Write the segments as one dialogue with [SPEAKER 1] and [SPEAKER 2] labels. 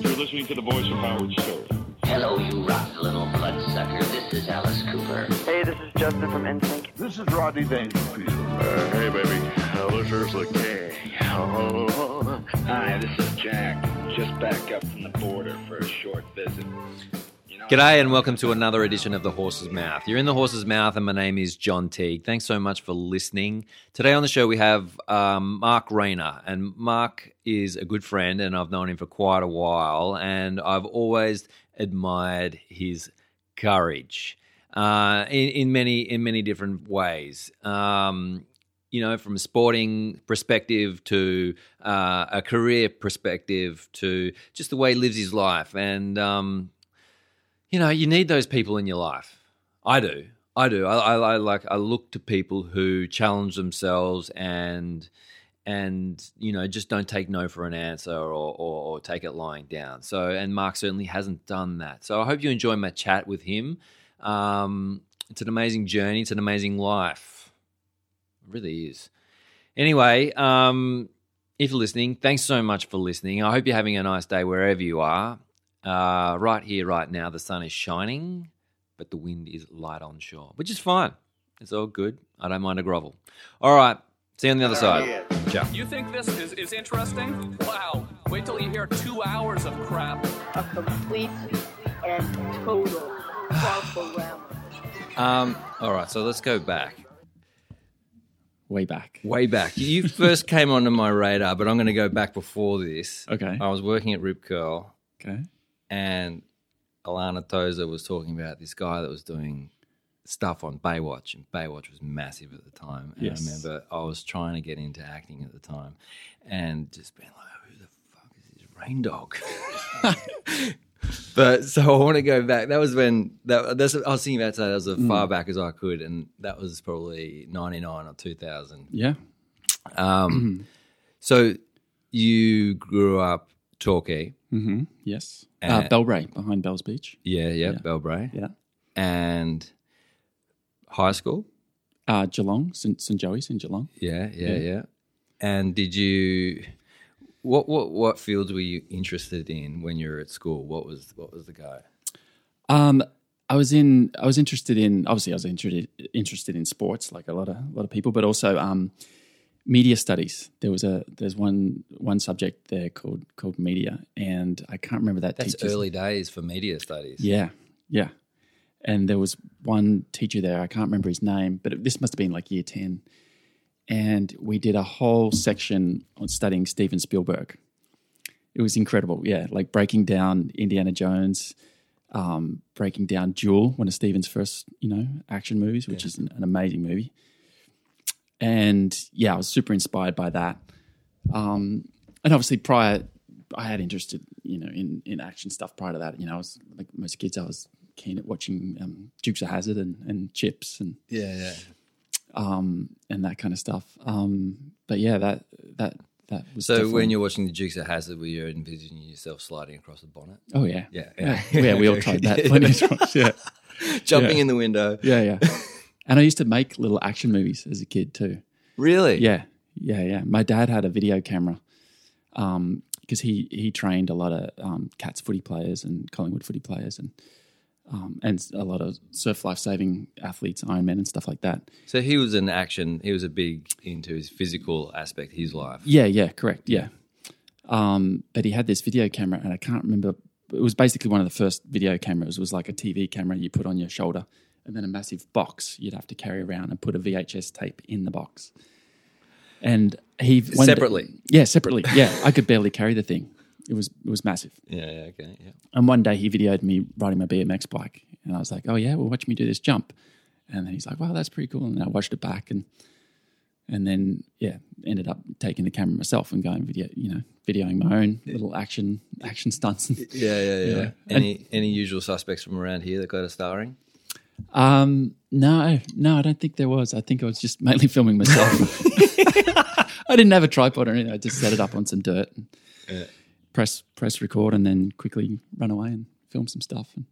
[SPEAKER 1] You're listening to the voice of Howard Stern.
[SPEAKER 2] Hello, you rotten little bloodsucker. This is Alice Cooper.
[SPEAKER 3] Hey, this is Justin from NSYNC.
[SPEAKER 4] This is Rodney Dangerfield.
[SPEAKER 5] Uh, hey, baby. Uh, this is the king. Oh.
[SPEAKER 6] Hi, this is Jack. Just back up from the border for a short visit. You know-
[SPEAKER 7] G'day and welcome to another edition of The Horse's Mouth. You're in The Horse's Mouth, and my name is John Teague. Thanks so much for listening. Today on the show, we have um, Mark Rayner, and Mark is a good friend, and I've known him for quite a while, and I've always admired his courage uh, in, in many in many different ways. Um, you know, from a sporting perspective to uh, a career perspective to just the way he lives his life. And, um, you know, you need those people in your life. I do. I do. I, I, I like, I look to people who challenge themselves and, and you know just don't take no for an answer or, or, or take it lying down so and mark certainly hasn't done that so i hope you enjoy my chat with him um, it's an amazing journey it's an amazing life it really is anyway um, if you're listening thanks so much for listening i hope you're having a nice day wherever you are uh, right here right now the sun is shining but the wind is light on shore which is fine it's all good i don't mind a grovel all right see you on the other side ciao
[SPEAKER 8] You think this is, is interesting? Wow. Wait till you hear two hours of crap.
[SPEAKER 9] a complete and total waffle
[SPEAKER 7] Um, all right, so let's go back.
[SPEAKER 10] Way back.
[SPEAKER 7] Way back. You first came onto my radar, but I'm going to go back before this.
[SPEAKER 10] Okay.
[SPEAKER 7] I was working at Rip Curl,
[SPEAKER 10] Okay.
[SPEAKER 7] and Alana Tozer was talking about this guy that was doing stuff on Baywatch, and Baywatch was massive at the time. And
[SPEAKER 10] Yes.
[SPEAKER 7] I remember I was trying to get into acting at the time and just being like, who the fuck is this rain dog? but so I want to go back. That was when that, that's I was thinking about today. That was as
[SPEAKER 10] Mm.
[SPEAKER 7] far back as I could, and that was probably ninety nine or two thousand.
[SPEAKER 10] Yeah.
[SPEAKER 7] Um, so you grew up Torquay,
[SPEAKER 10] Mm-hmm. Yes.
[SPEAKER 7] Uh,
[SPEAKER 10] uh, Belray behind Bells Beach.
[SPEAKER 7] yeah, yeah, Belbray,
[SPEAKER 10] Yeah.
[SPEAKER 7] and high school,
[SPEAKER 10] Uh, Geelong, St. St. Joey's in Geelong.
[SPEAKER 7] yeah, yeah, yeah, And did you? What what what fields were you interested in when you were at school? What was what was the guy?
[SPEAKER 10] Um, I was in. I was interested in. Obviously, I was interested interested in sports, like a lot of a lot of people, but also um, media studies. There was a there's one one subject there called called media, and I can't remember that.
[SPEAKER 7] That's
[SPEAKER 10] teacher's-
[SPEAKER 7] early days for media studies.
[SPEAKER 10] Yeah, yeah. And there was one teacher there. I can't remember his name, but it, this must have been like year ten. And we did a whole section on studying Steven Spielberg. It was incredible. Yeah, like breaking down Indiana Jones, um, breaking down Jewel, one of Steven's first, you know, action movies, which is an, an amazing movie. And yeah, I was super inspired by that. Um, and obviously, prior, I had interested, you know, in in action stuff prior to that. You know, I was like most kids, I was keen at watching um, Dukes of Hazard and, and Chips and
[SPEAKER 7] yeah, yeah.
[SPEAKER 10] um, and that kind of stuff. Um, but yeah, that that that was
[SPEAKER 7] So
[SPEAKER 10] definitely-
[SPEAKER 7] when you're watching the Dukes of Hazard, were you envisioning yourself sliding across the bonnet?
[SPEAKER 10] oh yeah
[SPEAKER 7] Yeah, yeah.
[SPEAKER 10] yeah, yeah, we all tried that plenty of times. Yeah,
[SPEAKER 7] Jumping
[SPEAKER 10] Yeah.
[SPEAKER 7] in the window.
[SPEAKER 10] yeah, yeah. And I used to make little action movies as a kid too.
[SPEAKER 7] Really?
[SPEAKER 10] Yeah, yeah, yeah. My dad had a video camera because he he trained a lot of um, Cats footy players and Collingwood footy players and um, and a lot of surf life saving athletes, Ironmen and stuff like that.
[SPEAKER 7] So he was an action. He was a big into his physical aspect of his life.
[SPEAKER 10] Yeah, yeah, correct. Yeah. Um, but he had this video camera, and I can't remember. It was basically one of the first video cameras. It was like a TV camera you put on your shoulder, and then a massive box you'd have to carry around and put a VHS tape in the box. And he one day-
[SPEAKER 7] Separately?
[SPEAKER 10] yeah, separately, yeah. I could barely carry the thing. It was it was massive.
[SPEAKER 7] Yeah. yeah okay. Yeah.
[SPEAKER 10] And one day he videoed me riding my BMX bike, and I was like, "Oh yeah, well watch me do this jump." And then he's like, "Wow, that's pretty cool." And I watched it back, and and then yeah, ended up taking the camera myself and going video, you know, videoing my own little action action stunts.
[SPEAKER 7] Yeah. Yeah. Yeah.
[SPEAKER 10] Yeah.
[SPEAKER 7] Any any usual suspects from around here that got a starring?
[SPEAKER 10] um, no, no, I don't think there was. I think I was just mainly filming myself. I didn't have a tripod or anything. I just set it up on some dirt, and press press record, and then quickly run away and film some stuff. And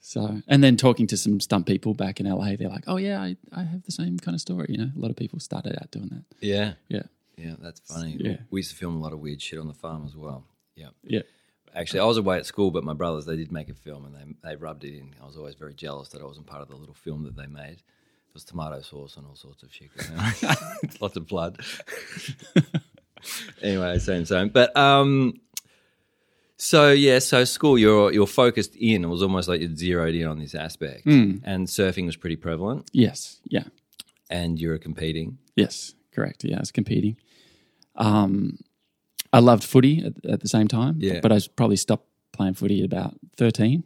[SPEAKER 10] so, and then talking to some stunt people back in LA, they're like, "Oh yeah, I, I have the same kind of story." You know, a lot of people started out doing that.
[SPEAKER 7] Yeah.
[SPEAKER 10] Yeah,
[SPEAKER 7] Yeah. That's funny.
[SPEAKER 10] Yeah.
[SPEAKER 7] We used to film a lot of weird shit on the farm as well. Yeah.
[SPEAKER 10] yeah,
[SPEAKER 7] And actually. I was away at school, but my brothers they did make a film and they they rubbed it in. I was always very jealous that I wasn't part of the little film that they made. It was tomato sauce and all sorts of shit. you know. Lots of blood. anyway, same same. But um, so yeah, so school you're you're focused in. It was almost like you zeroed in on this aspect,
[SPEAKER 10] Hmm.
[SPEAKER 7] and surfing was pretty prevalent.
[SPEAKER 10] Yes. Yeah.
[SPEAKER 7] And you're competing.
[SPEAKER 10] Yes. Correct. Yeah. I was competing. Um, I loved footy at, at the same time.
[SPEAKER 7] Yeah.
[SPEAKER 10] But I probably stopped playing footy at about 13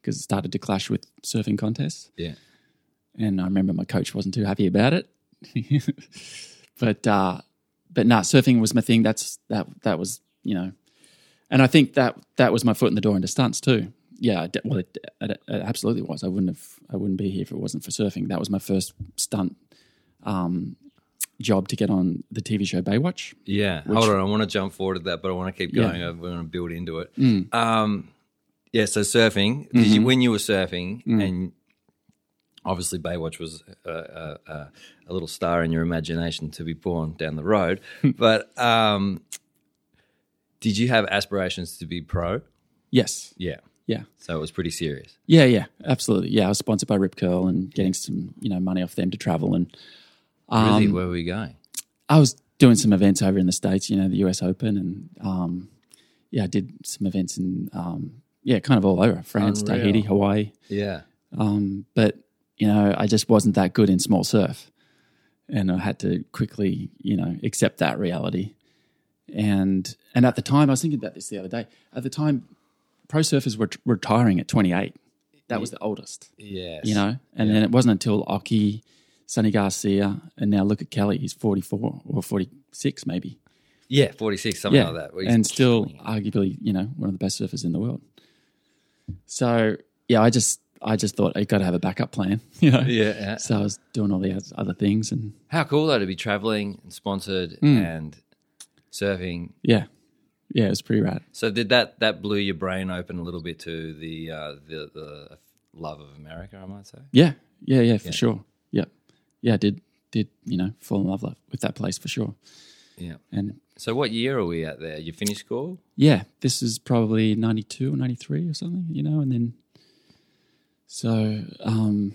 [SPEAKER 10] because it started to clash with surfing contests.
[SPEAKER 7] Yeah.
[SPEAKER 10] and I remember my coach wasn't too happy about it. but uh, but no, surfing was my thing. That's that that was you know, and I think that that was my foot in the door into stunts too. Yeah, I de- well, it, it, it absolutely was. I wouldn't have I wouldn't be here if it wasn't for surfing. That was my first stunt um, job to get on the TV show Baywatch.
[SPEAKER 7] Yeah. Hold on. I want to jump forward at that, but I want to keep
[SPEAKER 10] Yeah. Mm.
[SPEAKER 7] going. I want to build into it. Um, yeah. So surfing. Did
[SPEAKER 10] Mm-hmm.
[SPEAKER 7] you, when you were surfing,
[SPEAKER 10] Mm.
[SPEAKER 7] and obviously Baywatch was a, a, a, a little star in your imagination to be born down the road,
[SPEAKER 10] Hmm.
[SPEAKER 7] but um, did you have aspirations to be pro?
[SPEAKER 10] Yes,
[SPEAKER 7] Yeah.
[SPEAKER 10] yeah,
[SPEAKER 7] So it was pretty serious.
[SPEAKER 10] Yeah, yeah, absolutely. Yeah, I was sponsored by Rip Curl and getting some you know money off them to travel and Um,
[SPEAKER 7] Really, where were we going?
[SPEAKER 10] I was doing some events over in the states, you know, the US Open, and um, yeah, I did some events in um, yeah, kind of all over France,
[SPEAKER 7] Unreal.
[SPEAKER 10] Tahiti, Hawaii.
[SPEAKER 7] Yeah.
[SPEAKER 10] But you know, I just wasn't that good in small surf, and I had to quickly, you know, accept that reality. And and at the time, I was thinking about this the other day. At the time, pro surfers were t- retiring at 28. That was the oldest,
[SPEAKER 7] Yes.
[SPEAKER 10] you know. And then it wasn't until Oki, Sonny Garcia, and now look at Kelly. He's 44 or 46, maybe
[SPEAKER 7] Yeah. Forty six. Something like that. Well, he's
[SPEAKER 10] and still
[SPEAKER 7] killing it.
[SPEAKER 10] arguably, you know, one of the best surfers in the world. So yeah, I just I just thought I got to have a backup plan, you know.
[SPEAKER 7] Yeah.
[SPEAKER 10] So I was doing all the oth- other things, and
[SPEAKER 7] How cool though to be traveling and sponsored and surfing.
[SPEAKER 10] yeah, yeah, it was pretty rad.
[SPEAKER 7] So did that that blew your brain open a little bit to the uh, the the love of America? I might say.
[SPEAKER 10] Yeah, yeah, yeah, for sure. Yeah, yeah, I did did you know fall in love with that place for sure.
[SPEAKER 7] Yeah.
[SPEAKER 10] And
[SPEAKER 7] So what year are we at there? You finished school?
[SPEAKER 10] yeah, this is probably ninety two or ninety three or something, you know, and then so um,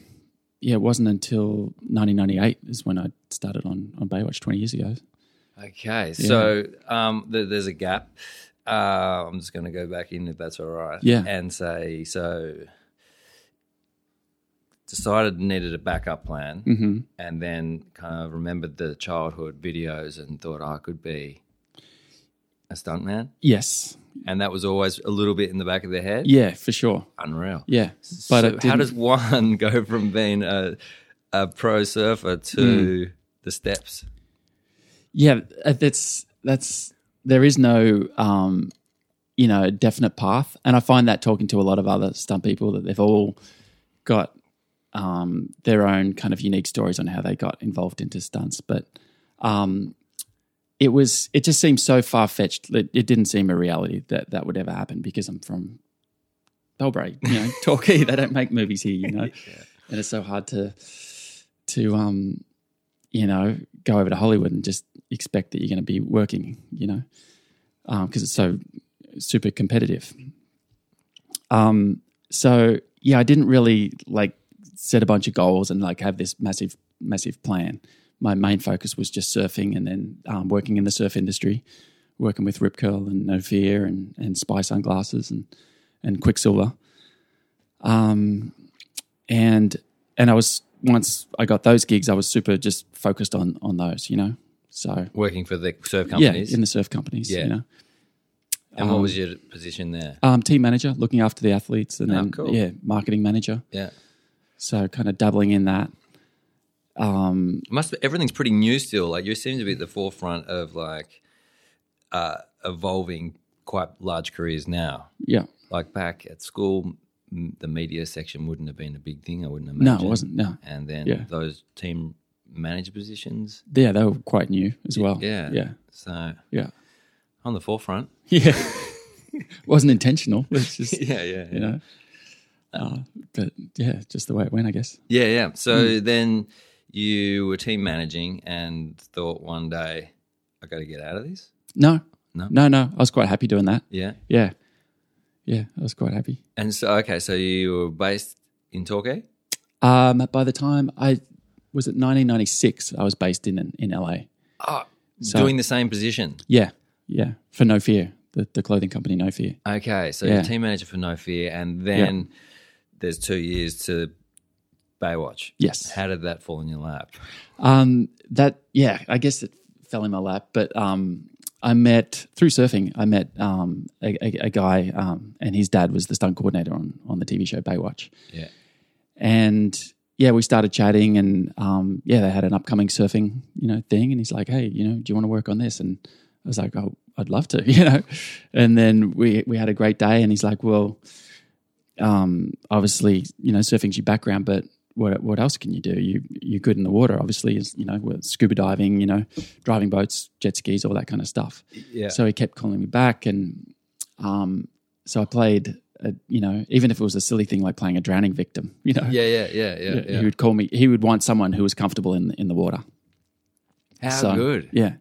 [SPEAKER 10] yeah, it wasn't until nineteen ninety eight is when I started on on Baywatch twenty years ago.
[SPEAKER 7] Okay. So um, th- there's a gap. Uh, I'm just going to go back in if that's all right.
[SPEAKER 10] Yeah.
[SPEAKER 7] And say so. Decided needed a backup plan,
[SPEAKER 10] Mm-hmm.
[SPEAKER 7] and then kind of remembered the childhood videos and thought I could be a stuntman,
[SPEAKER 10] Yes.
[SPEAKER 7] and that was always a little bit in the back of their head.
[SPEAKER 10] Yeah, for sure.
[SPEAKER 7] Unreal.
[SPEAKER 10] Yeah.
[SPEAKER 7] But
[SPEAKER 10] But
[SPEAKER 7] so
[SPEAKER 10] it
[SPEAKER 7] how
[SPEAKER 10] didn't-
[SPEAKER 7] does one go from being a a pro surfer to
[SPEAKER 10] Mm.
[SPEAKER 7] the steps?
[SPEAKER 10] yeah, uh, that's that's there is no um you know, definite path. And I find that talking to a lot of other stunt people that they've all got um their own kind of unique stories on how they got involved into stunts, but um it was it just seemed so far fetched that it didn't seem a reality that that would ever happen because I'm from Belbray, you know, Torquay. They don't make movies here, you know, and it's so hard to to um you know go over to Hollywood and just expect that you're going to be working, you know, because it's so super competitive. Um, so yeah, I didn't really like set a bunch of goals and like have this massive massive plan. My main focus was just surfing and then um, working in the surf industry, working with Rip Curl and No Fear and and Spy Sunglasses and and Quicksilver. Um, and and I was once I got those gigs, I was super just focused on on those, you know. So
[SPEAKER 7] Working for the surf
[SPEAKER 10] yeah,
[SPEAKER 7] companies.
[SPEAKER 10] in the surf companies,
[SPEAKER 7] Yeah.
[SPEAKER 10] you know.
[SPEAKER 7] and what was your position there?
[SPEAKER 10] Um, team manager, looking after the athletes, and
[SPEAKER 7] Oh,
[SPEAKER 10] then
[SPEAKER 7] cool.
[SPEAKER 10] yeah, marketing manager.
[SPEAKER 7] Yeah.
[SPEAKER 10] So kind of dabbling in that. Um,
[SPEAKER 7] Must be, everything's pretty new still. Like you seem to be at the forefront of like uh, evolving quite large careers now.
[SPEAKER 10] yeah,
[SPEAKER 7] Like back at school, m- the media section wouldn't have been a big thing. I wouldn't
[SPEAKER 10] no,
[SPEAKER 7] imagine.
[SPEAKER 10] it wasn't. No,
[SPEAKER 7] And then
[SPEAKER 10] Yeah.
[SPEAKER 7] those team manager positions.
[SPEAKER 10] yeah, they were quite new as well.
[SPEAKER 7] Yeah.
[SPEAKER 10] yeah,
[SPEAKER 7] So
[SPEAKER 10] yeah,
[SPEAKER 7] on the forefront.
[SPEAKER 10] yeah. wasn't intentional. It's just
[SPEAKER 7] Yeah, yeah,
[SPEAKER 10] you know, uh, but yeah, just the way it went, I guess.
[SPEAKER 7] Yeah, yeah. So
[SPEAKER 10] Hmm.
[SPEAKER 7] then you were team managing and thought one day, I got to get out of this.
[SPEAKER 10] No,
[SPEAKER 7] No?
[SPEAKER 10] no, no. I was quite happy doing that.
[SPEAKER 7] Yeah.
[SPEAKER 10] Yeah. Yeah, I was quite happy.
[SPEAKER 7] And so, okay, so you were based in Torquay?
[SPEAKER 10] Um, by the time I was at 1996, I was based in in LA. So-
[SPEAKER 7] Doing the same position.
[SPEAKER 10] Yeah, yeah, for No Fear, the, the clothing company No Fear.
[SPEAKER 7] Okay, so
[SPEAKER 10] Yeah.
[SPEAKER 7] you're team manager for No Fear, and then there's two years to Baywatch.
[SPEAKER 10] Yes.
[SPEAKER 7] How did that fall in your lap?
[SPEAKER 10] Um, that yeah, I guess it fell in my lap. But um, I met through surfing. I met um, a, a, a guy, um, and his dad was the stunt coordinator on on the TV show Baywatch.
[SPEAKER 7] Yeah.
[SPEAKER 10] And yeah, we started chatting, and um, yeah, they had an upcoming surfing you know thing, and he's like, hey, you know, do you want to work on this? And I was like, oh, I'd love to, you know. And then we we had a great day, and he's like, well. Um, obviously, you know, surfing's your background, but what what else can you do? You you're good in the water, obviously. Is you know, with scuba diving, you know, driving boats, jet skis, all that kind of stuff.
[SPEAKER 7] Yeah.
[SPEAKER 10] So he kept calling me back, and um, so I played. A, you know, even if it was a silly thing like playing a drowning victim, you know,
[SPEAKER 7] Yeah, yeah, yeah, yeah. yeah.
[SPEAKER 10] he would call me. He would want someone who was comfortable in in the water.
[SPEAKER 7] How
[SPEAKER 10] so,
[SPEAKER 7] good.
[SPEAKER 10] Yeah.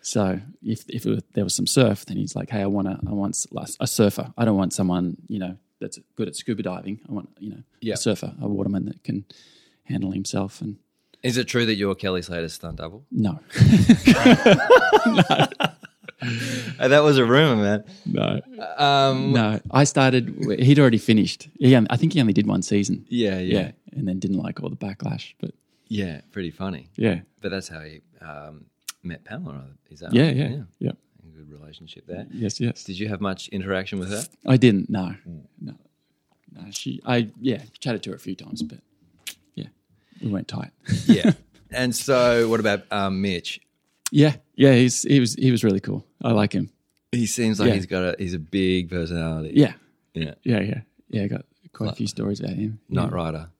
[SPEAKER 10] So if if it was, there was some surf, then he's like, "Hey, I want to, I want s- like a surfer. I don't want someone you know that's good at scuba diving. I want you know
[SPEAKER 7] Yeah.
[SPEAKER 10] a surfer, a waterman that can handle himself." And
[SPEAKER 7] Is it true that you're Kelly Slater's stunt double?
[SPEAKER 10] no,
[SPEAKER 7] that was a rumor, man.
[SPEAKER 10] no,
[SPEAKER 7] Um,
[SPEAKER 10] no. I started. He'd already finished. Yeah, I think he only did one season.
[SPEAKER 7] yeah,
[SPEAKER 10] yeah,
[SPEAKER 7] yeah,
[SPEAKER 10] and then didn't like all the backlash. But
[SPEAKER 7] yeah. Pretty funny.
[SPEAKER 10] yeah,
[SPEAKER 7] But that's how he um, met Pamela. Is that
[SPEAKER 10] yeah,
[SPEAKER 7] right?
[SPEAKER 10] yeah, yeah.
[SPEAKER 7] A Good relationship there.
[SPEAKER 10] Yes, yes.
[SPEAKER 7] Did you have much interaction with her?
[SPEAKER 10] I didn't. No, no, no. She, I, yeah, chatted to her a few times, but yeah, we weren't tight.
[SPEAKER 7] Yeah. and so, what about um, Mitch?
[SPEAKER 10] Yeah, yeah, he's he was he was really cool. I like him.
[SPEAKER 7] He seems like
[SPEAKER 10] Yeah.
[SPEAKER 7] he's got a he's a big personality.
[SPEAKER 10] Yeah,
[SPEAKER 7] Yeah.
[SPEAKER 10] yeah, yeah, yeah. I got quite a few stories about him.
[SPEAKER 7] Night Rider.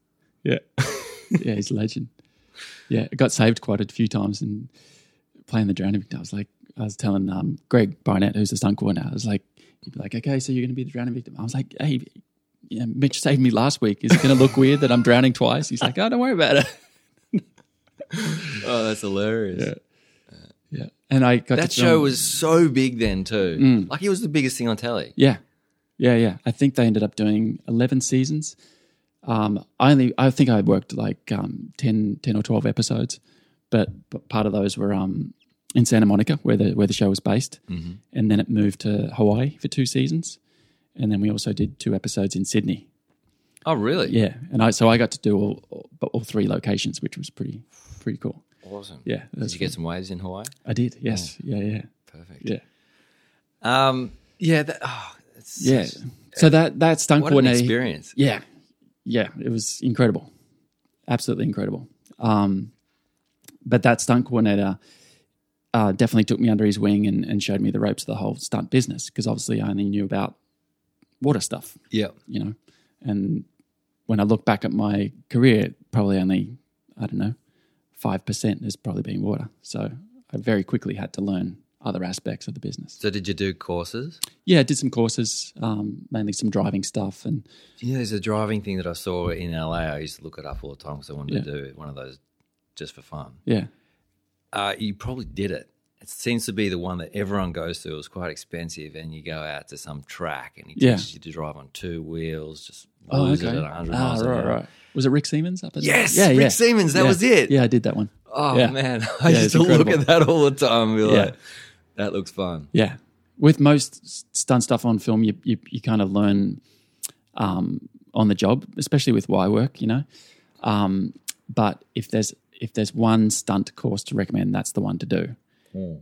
[SPEAKER 10] Yeah, yeah, he's a legend. Yeah, I got saved quite a few times and playing the drowning victim. I was like, I was telling um, Greg Barnett, who's the stunt coordinator, I was like, he'd be like, okay, so you're going to be the drowning victim. I was like, hey, yeah, Mitch saved me last week. Is it going to look weird that I'm drowning twice? He's like, oh, don't worry about it.
[SPEAKER 7] Oh, that's hilarious.
[SPEAKER 10] Yeah, and I got
[SPEAKER 7] That
[SPEAKER 10] to film- Mm.
[SPEAKER 7] show was so big then too. Like it was the biggest thing on telly.
[SPEAKER 10] Yeah, yeah, yeah. I think they ended up doing eleven seasons. Um, I only, I think I worked like um, 10, 10 or twelve episodes, but, but part of those were um, in Santa Monica, where the where the show was based,
[SPEAKER 7] Mm-hmm.
[SPEAKER 10] and then it moved to Hawaii for two seasons, and then we also did two episodes in Sydney.
[SPEAKER 7] Oh, really?
[SPEAKER 10] Yeah, and I so I got to do all all, all three locations, which was pretty pretty cool.
[SPEAKER 7] Awesome.
[SPEAKER 10] Yeah,
[SPEAKER 7] Did you get some waves in Hawaii?
[SPEAKER 10] I did. Yes. Yeah. Yeah.
[SPEAKER 7] Perfect.
[SPEAKER 10] Yeah.
[SPEAKER 7] Um. Yeah. That, oh, it's
[SPEAKER 10] Yeah.
[SPEAKER 7] such-
[SPEAKER 10] So that that stunt
[SPEAKER 7] What an
[SPEAKER 10] coordinator.
[SPEAKER 7] experience.
[SPEAKER 10] yeah, yeah, it was incredible, absolutely incredible. Um, but that stunt coordinator uh, definitely took me under his wing and, and showed me the ropes of the whole stunt business because obviously I only knew about water stuff,
[SPEAKER 7] Yeah.
[SPEAKER 10] you know. And when I look back at my career, probably only I don't know five percent has probably been water. So I very quickly had to learn other aspects of the business.
[SPEAKER 7] So did you do courses?
[SPEAKER 10] Yeah, I did some courses, um, mainly some driving stuff and.
[SPEAKER 7] You know, there's a driving thing that I saw in LA. I used to look it up all the time because I wanted to do one of those just for fun.
[SPEAKER 10] Yeah,
[SPEAKER 7] Uh, you probably did it. It seems to be the one that everyone goes to. It was quite expensive, and you go out to some track, and he
[SPEAKER 10] Yeah.
[SPEAKER 7] teaches you to drive on two wheels, just lose it at 100
[SPEAKER 10] Ah,
[SPEAKER 7] miles an
[SPEAKER 10] right,
[SPEAKER 7] hour.
[SPEAKER 10] right. Was it Rick Siemens up at
[SPEAKER 7] Yes, Rick Siemens, that
[SPEAKER 10] Yeah.
[SPEAKER 7] was it.
[SPEAKER 10] Yeah, I did that one.
[SPEAKER 7] Oh
[SPEAKER 10] Yeah.
[SPEAKER 7] man, I
[SPEAKER 10] Yeah,
[SPEAKER 7] used
[SPEAKER 10] it's
[SPEAKER 7] to look
[SPEAKER 10] incredible.
[SPEAKER 7] at that all the time. And be
[SPEAKER 10] Yeah.
[SPEAKER 7] like, that looks fun.
[SPEAKER 10] Yeah, with most s- stunt stuff on film, you you, you kind of learn um, on the job, especially with why work, you know. Um, but if there's if there's one stunt course to recommend, that's the one to do.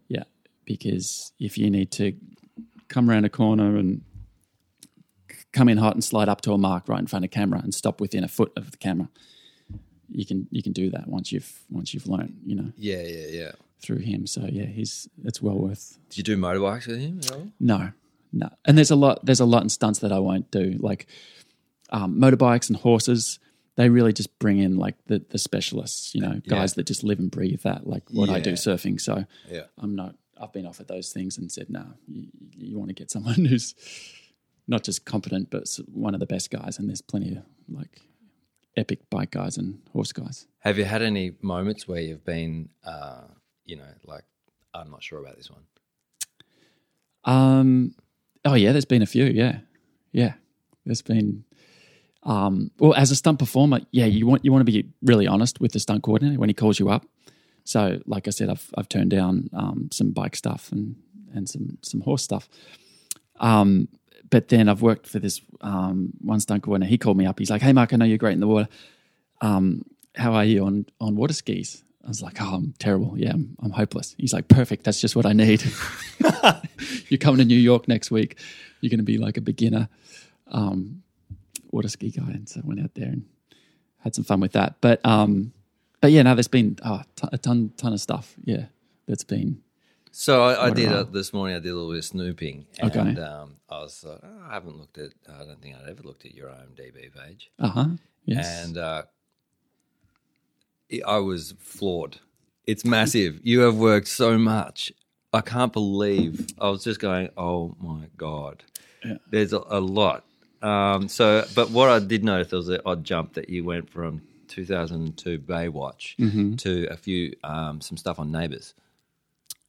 [SPEAKER 10] Yeah, because if you need to come around a corner and come in hot and slide up to a mark right in front of camera and stop within a foot of the camera, you can you can do that once you've once you've learned, you know,
[SPEAKER 7] Yeah, yeah, yeah.
[SPEAKER 10] through him. So yeah, he's it's well worth
[SPEAKER 7] Did you do motorbikes with him at all?
[SPEAKER 10] no, no. And there's a lot. There's a lot in stunts that I won't do, like um, motorbikes and horses. They really just bring in like the the specialists, you know, guys that just live and breathe that, like what I do
[SPEAKER 7] Yeah.
[SPEAKER 10] surfing. So
[SPEAKER 7] Yeah.
[SPEAKER 10] I'm not. I've been offered those things and said, no. you, you want to get someone who's not just competent, but s- one of the best guys. And there's plenty of like epic bike guys and horse guys.
[SPEAKER 7] Have you had any moments where you've been, uh, you know, like I'm not sure about this one?
[SPEAKER 10] Um. Oh yeah, there's been a few. Yeah, Yeah, it's been. Um, well, as a stunt performer, yeah, you want you want to be really honest with the stunt coordinator when he calls you up. So, like I said, I've I've turned down um, some bike stuff and and some some horse stuff. Um, but then I've worked for this um, one stunt coordinator. He called me up. He's like, "Hey, Mark, I know you're great in the water. Um, how are you on on water skis?" I was like, "Oh, I'm terrible. Yeah, I'm, I'm hopeless." He's like, "Perfect. That's just what I need." you're coming to New York next week. You're going to be like a beginner um, water ski guy. And so I went out there and had some fun with that. But um, but yeah, no, there's been oh, t- a ton ton of stuff. Yeah, that's been
[SPEAKER 7] So I, I
[SPEAKER 10] What
[SPEAKER 7] did
[SPEAKER 10] about-
[SPEAKER 7] uh, this morning. I did a little bit of snooping, and
[SPEAKER 10] Okay.
[SPEAKER 7] um, I was like, "Oh, I haven't looked at. I don't think I'd ever looked at your IMDb page,
[SPEAKER 10] uh huh. Yes.
[SPEAKER 7] and uh, it- I was floored. It's massive. you have worked so much. I can't believe. I was just going, oh my god. There's a, a lot. Um, so, but what I did notice there was an odd jump that you went from 2002 Baywatch
[SPEAKER 10] Mm-hmm.
[SPEAKER 7] to a few um, some stuff on Neighbours.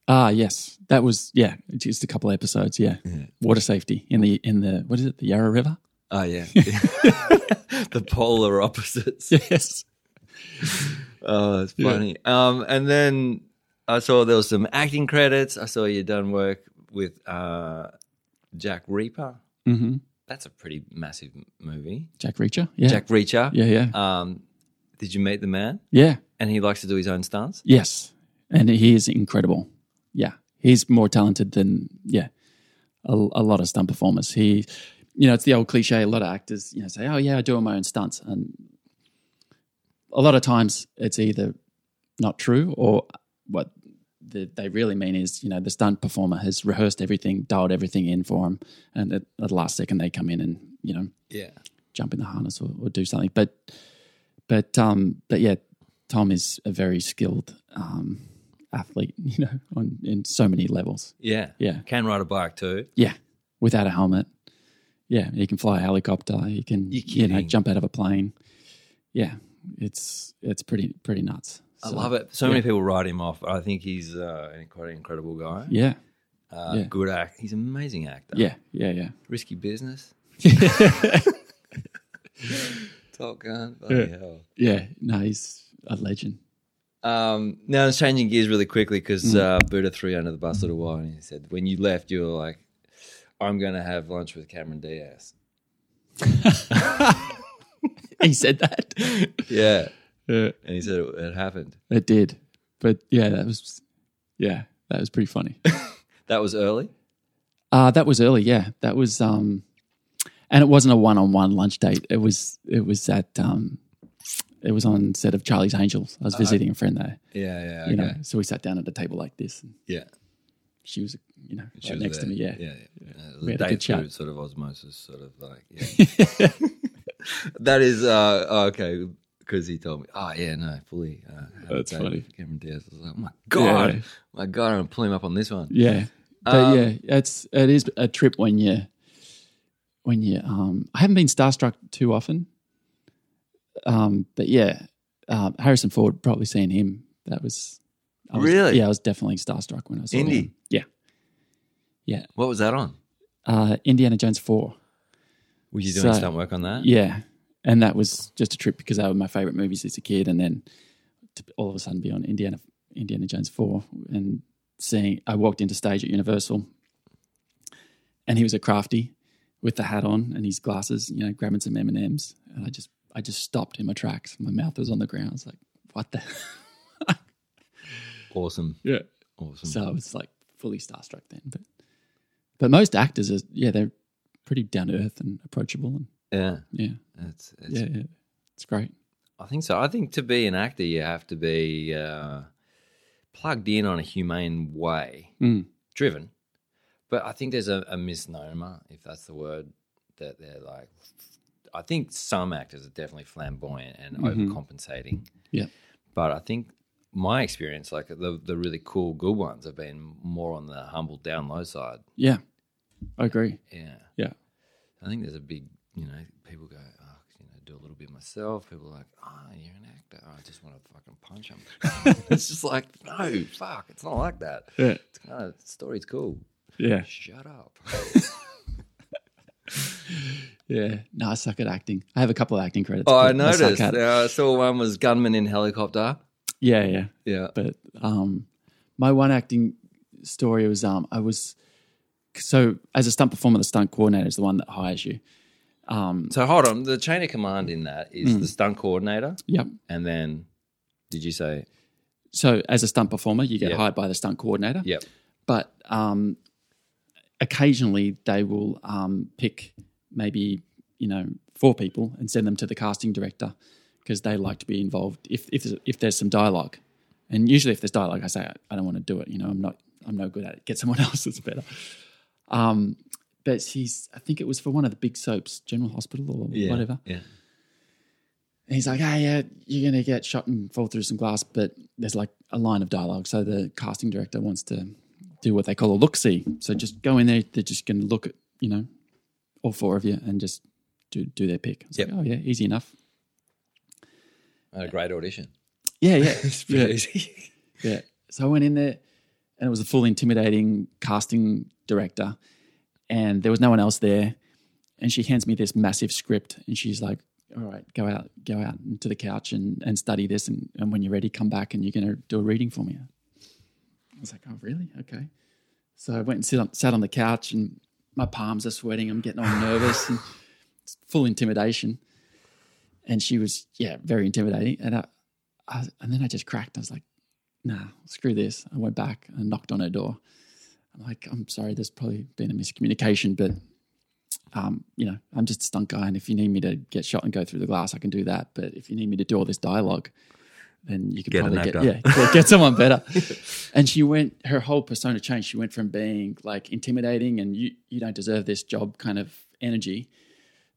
[SPEAKER 10] Ah, yes, that was yeah, just a couple of episodes. Yeah. water safety in the in the what is it, the Yarra River?
[SPEAKER 7] Oh yeah, the polar opposites.
[SPEAKER 10] Yes,
[SPEAKER 7] Oh, it's funny. Um, and then I saw there was some acting credits. I saw you done work with uh, Jack Reaper.
[SPEAKER 10] hmm
[SPEAKER 7] That's a pretty massive m- movie.
[SPEAKER 10] Jack Reacher. Yeah,
[SPEAKER 7] Jack Reacher.
[SPEAKER 10] yeah, yeah,
[SPEAKER 7] Um, did you meet the man?
[SPEAKER 10] yeah.
[SPEAKER 7] And he likes to do his own stunts.
[SPEAKER 10] Yes, and he is incredible. Yeah, he's more talented than yeah, a, a lot of stunt performers. He, you know, it's the old cliche. A lot of actors, you know, say, "Oh yeah, I do all my own stunts," and a lot of times it's either not true or what the, they really mean is, you know, the stunt performer has rehearsed everything, dialed everything in for him, and at, at the last second they come in and you know
[SPEAKER 7] Yeah.
[SPEAKER 10] jump in the harness or, or do something. But but um but yeah, Tom is a very skilled um athlete, you know, on in so many levels.
[SPEAKER 7] Yeah.
[SPEAKER 10] Yeah.
[SPEAKER 7] Can ride a bike too.
[SPEAKER 10] Yeah. Without a helmet. Yeah. He can fly a helicopter, he can
[SPEAKER 7] You're
[SPEAKER 10] you know,
[SPEAKER 7] kidding.
[SPEAKER 10] jump out of a plane. Yeah. It's it's pretty pretty nuts.
[SPEAKER 7] I love it. So many people write him off. I think he's uh, an- quite an incredible guy.
[SPEAKER 10] Yeah.
[SPEAKER 7] Uh,
[SPEAKER 10] yeah.
[SPEAKER 7] Good act. He's an amazing actor.
[SPEAKER 10] Yeah. Yeah. Yeah.
[SPEAKER 7] Risky business. Top Gun. Bloody hell.
[SPEAKER 10] Yeah. No, he's a legend.
[SPEAKER 7] Um, now it's changing gears really quickly because uh, Buddha threw you under the bus a little while, and he said when you left, you were like, "I'm going to have lunch with Cameron Diaz."
[SPEAKER 10] He said that.
[SPEAKER 7] Yeah,
[SPEAKER 10] yeah.
[SPEAKER 7] and he said it, it happened.
[SPEAKER 10] It did. But yeah, that was yeah, that was pretty funny.
[SPEAKER 7] That was early.
[SPEAKER 10] Uh, that was early, yeah. That was um and it wasn't a one on one lunch date. It was it was at um it was on set of Charlie's Angels. I was visiting a friend there.
[SPEAKER 7] Yeah, yeah, Uh-huh. okay.
[SPEAKER 10] You know, so we sat down at a table like this and
[SPEAKER 7] yeah.
[SPEAKER 10] she was you know,
[SPEAKER 7] She
[SPEAKER 10] right
[SPEAKER 7] was
[SPEAKER 10] next to
[SPEAKER 7] there.
[SPEAKER 10] me, yeah.
[SPEAKER 7] yeah, yeah. Uh, it was
[SPEAKER 10] We
[SPEAKER 7] a
[SPEAKER 10] had a
[SPEAKER 7] date
[SPEAKER 10] good chat.
[SPEAKER 7] through sort of osmosis, sort of like. Yeah. that is uh, okay because he told me. Oh yeah, no, fully. Uh, had a
[SPEAKER 10] That's
[SPEAKER 7] date
[SPEAKER 10] funny.
[SPEAKER 7] with Cameron Diaz. I was like, oh my god,
[SPEAKER 10] Yeah.
[SPEAKER 7] my god, I'm gonna pull him up on this one.
[SPEAKER 10] Yeah. But
[SPEAKER 7] Um,
[SPEAKER 10] yeah, it's it is a trip when you when you um I haven't been starstruck too often. Um but yeah, uh, Harrison Ford probably seeing him. That was, I was
[SPEAKER 7] Really?
[SPEAKER 10] Yeah, I was definitely starstruck when I saw
[SPEAKER 7] Indy?
[SPEAKER 10] him. Yeah. Yeah.
[SPEAKER 7] What was that on?
[SPEAKER 10] Uh Indiana Jones 4.
[SPEAKER 7] Were you doing
[SPEAKER 10] So-
[SPEAKER 7] stunt work on that?
[SPEAKER 10] Yeah. And that was just a trip because they were my favorite movies as a kid. And then to all of a sudden be on Indiana, Indiana Jones 4 and seeing, I walked into stage at Universal and he was a crafty with the hat on and his glasses, you know, grabbing some M&Ms. And I just, I just stopped in my tracks. My mouth was on the ground. I was like, what the?
[SPEAKER 7] Awesome.
[SPEAKER 10] Yeah.
[SPEAKER 7] Awesome.
[SPEAKER 10] So I was like fully starstruck then. But, but most actors are, yeah, they're pretty down to earth and approachable. And
[SPEAKER 7] yeah.
[SPEAKER 10] yeah,
[SPEAKER 7] It's, it's,
[SPEAKER 10] yeah, yeah. It's great.
[SPEAKER 7] I think so. I think to be an actor, you have to be uh, plugged in on a humane way,
[SPEAKER 10] Mm.
[SPEAKER 7] driven. But I think there's a, a misnomer, if that's the word, that they're like. I think some actors are definitely flamboyant and overcompensating.
[SPEAKER 10] Yeah.
[SPEAKER 7] But I think my experience, like the the really cool, good ones, have been more on the humble, down low side.
[SPEAKER 10] Yeah, I agree.
[SPEAKER 7] Yeah.
[SPEAKER 10] Yeah,
[SPEAKER 7] I think there's a big, you know, people go, oh, you know, do a little bit myself. People are like, oh, you're an actor. Oh, I just want to fucking punch him. it's just like, no, fuck, it's not like that.
[SPEAKER 10] yeah,
[SPEAKER 7] It's kind of, the story's cool.
[SPEAKER 10] yeah.
[SPEAKER 7] Shut up.
[SPEAKER 10] Yeah. No, I suck at acting. I have a couple of acting credits.
[SPEAKER 7] Oh, I
[SPEAKER 10] but suck
[SPEAKER 7] noticed.
[SPEAKER 10] at-
[SPEAKER 7] Uh, I saw one was gunman in helicopter.
[SPEAKER 10] Yeah, yeah.
[SPEAKER 7] Yeah.
[SPEAKER 10] But um, my one acting story was um, I was so as a stunt performer, the stunt coordinator is the one that hires you.
[SPEAKER 7] So hold on. The chain of command in that is
[SPEAKER 10] Hmm.
[SPEAKER 7] the stunt coordinator,
[SPEAKER 10] Yep.
[SPEAKER 7] and then did you say?
[SPEAKER 10] So as a stunt performer, you get
[SPEAKER 7] Yep.
[SPEAKER 10] hired by the stunt coordinator.
[SPEAKER 7] Yep.
[SPEAKER 10] But um, occasionally they will um, pick maybe you know four people and send them to the casting director because they like to be involved if if there's, if there's some dialogue. And usually, if there's dialogue, I say "I- I don't want to do it. You know, I'm not I'm no good at it. Get someone else that's better. Um, but he's I think it was for one of the big soaps, General Hospital or whatever.
[SPEAKER 7] Yeah.
[SPEAKER 10] And he's like, hey, yeah, you're going to get shot and fall through some glass, but there's like a line of dialogue. So the casting director wants to do what they call a look see. So just go in there. They're just going to look at, you know, all four of you and just do, do their pick. It's
[SPEAKER 7] Yep.
[SPEAKER 10] like, oh, yeah, easy enough.
[SPEAKER 7] I had a great audition.
[SPEAKER 10] Yeah, yeah.
[SPEAKER 7] Pretty
[SPEAKER 10] yeah.
[SPEAKER 7] easy.
[SPEAKER 10] Yeah. So I went in there and it was a full intimidating casting director and there was no one else there. And she hands me this massive script and she's like, All right, go out, go out to the couch and, and study this and, and when you're ready, come back and you're gonna do a reading for me. I was like, Oh really? Okay. So I went and sit on, sat on the couch and my palms are sweating, I'm getting all nervous and it's full intimidation. And she was, yeah, very intimidating. And I, I and then I just cracked. I was like, nah, screw this. I went back and knocked on her door. I'm like, I'm sorry, there's probably been a miscommunication, but um, you know, I'm just a stunt guy, and if you need me to get shot and go through the glass, I can do that. But if you need me to do all this dialogue, then you can
[SPEAKER 7] Get an
[SPEAKER 10] probably get
[SPEAKER 7] actor.
[SPEAKER 10] yeah, get- get someone better. and she went, her whole persona changed. She went from being like intimidating and you you don't deserve this job kind of energy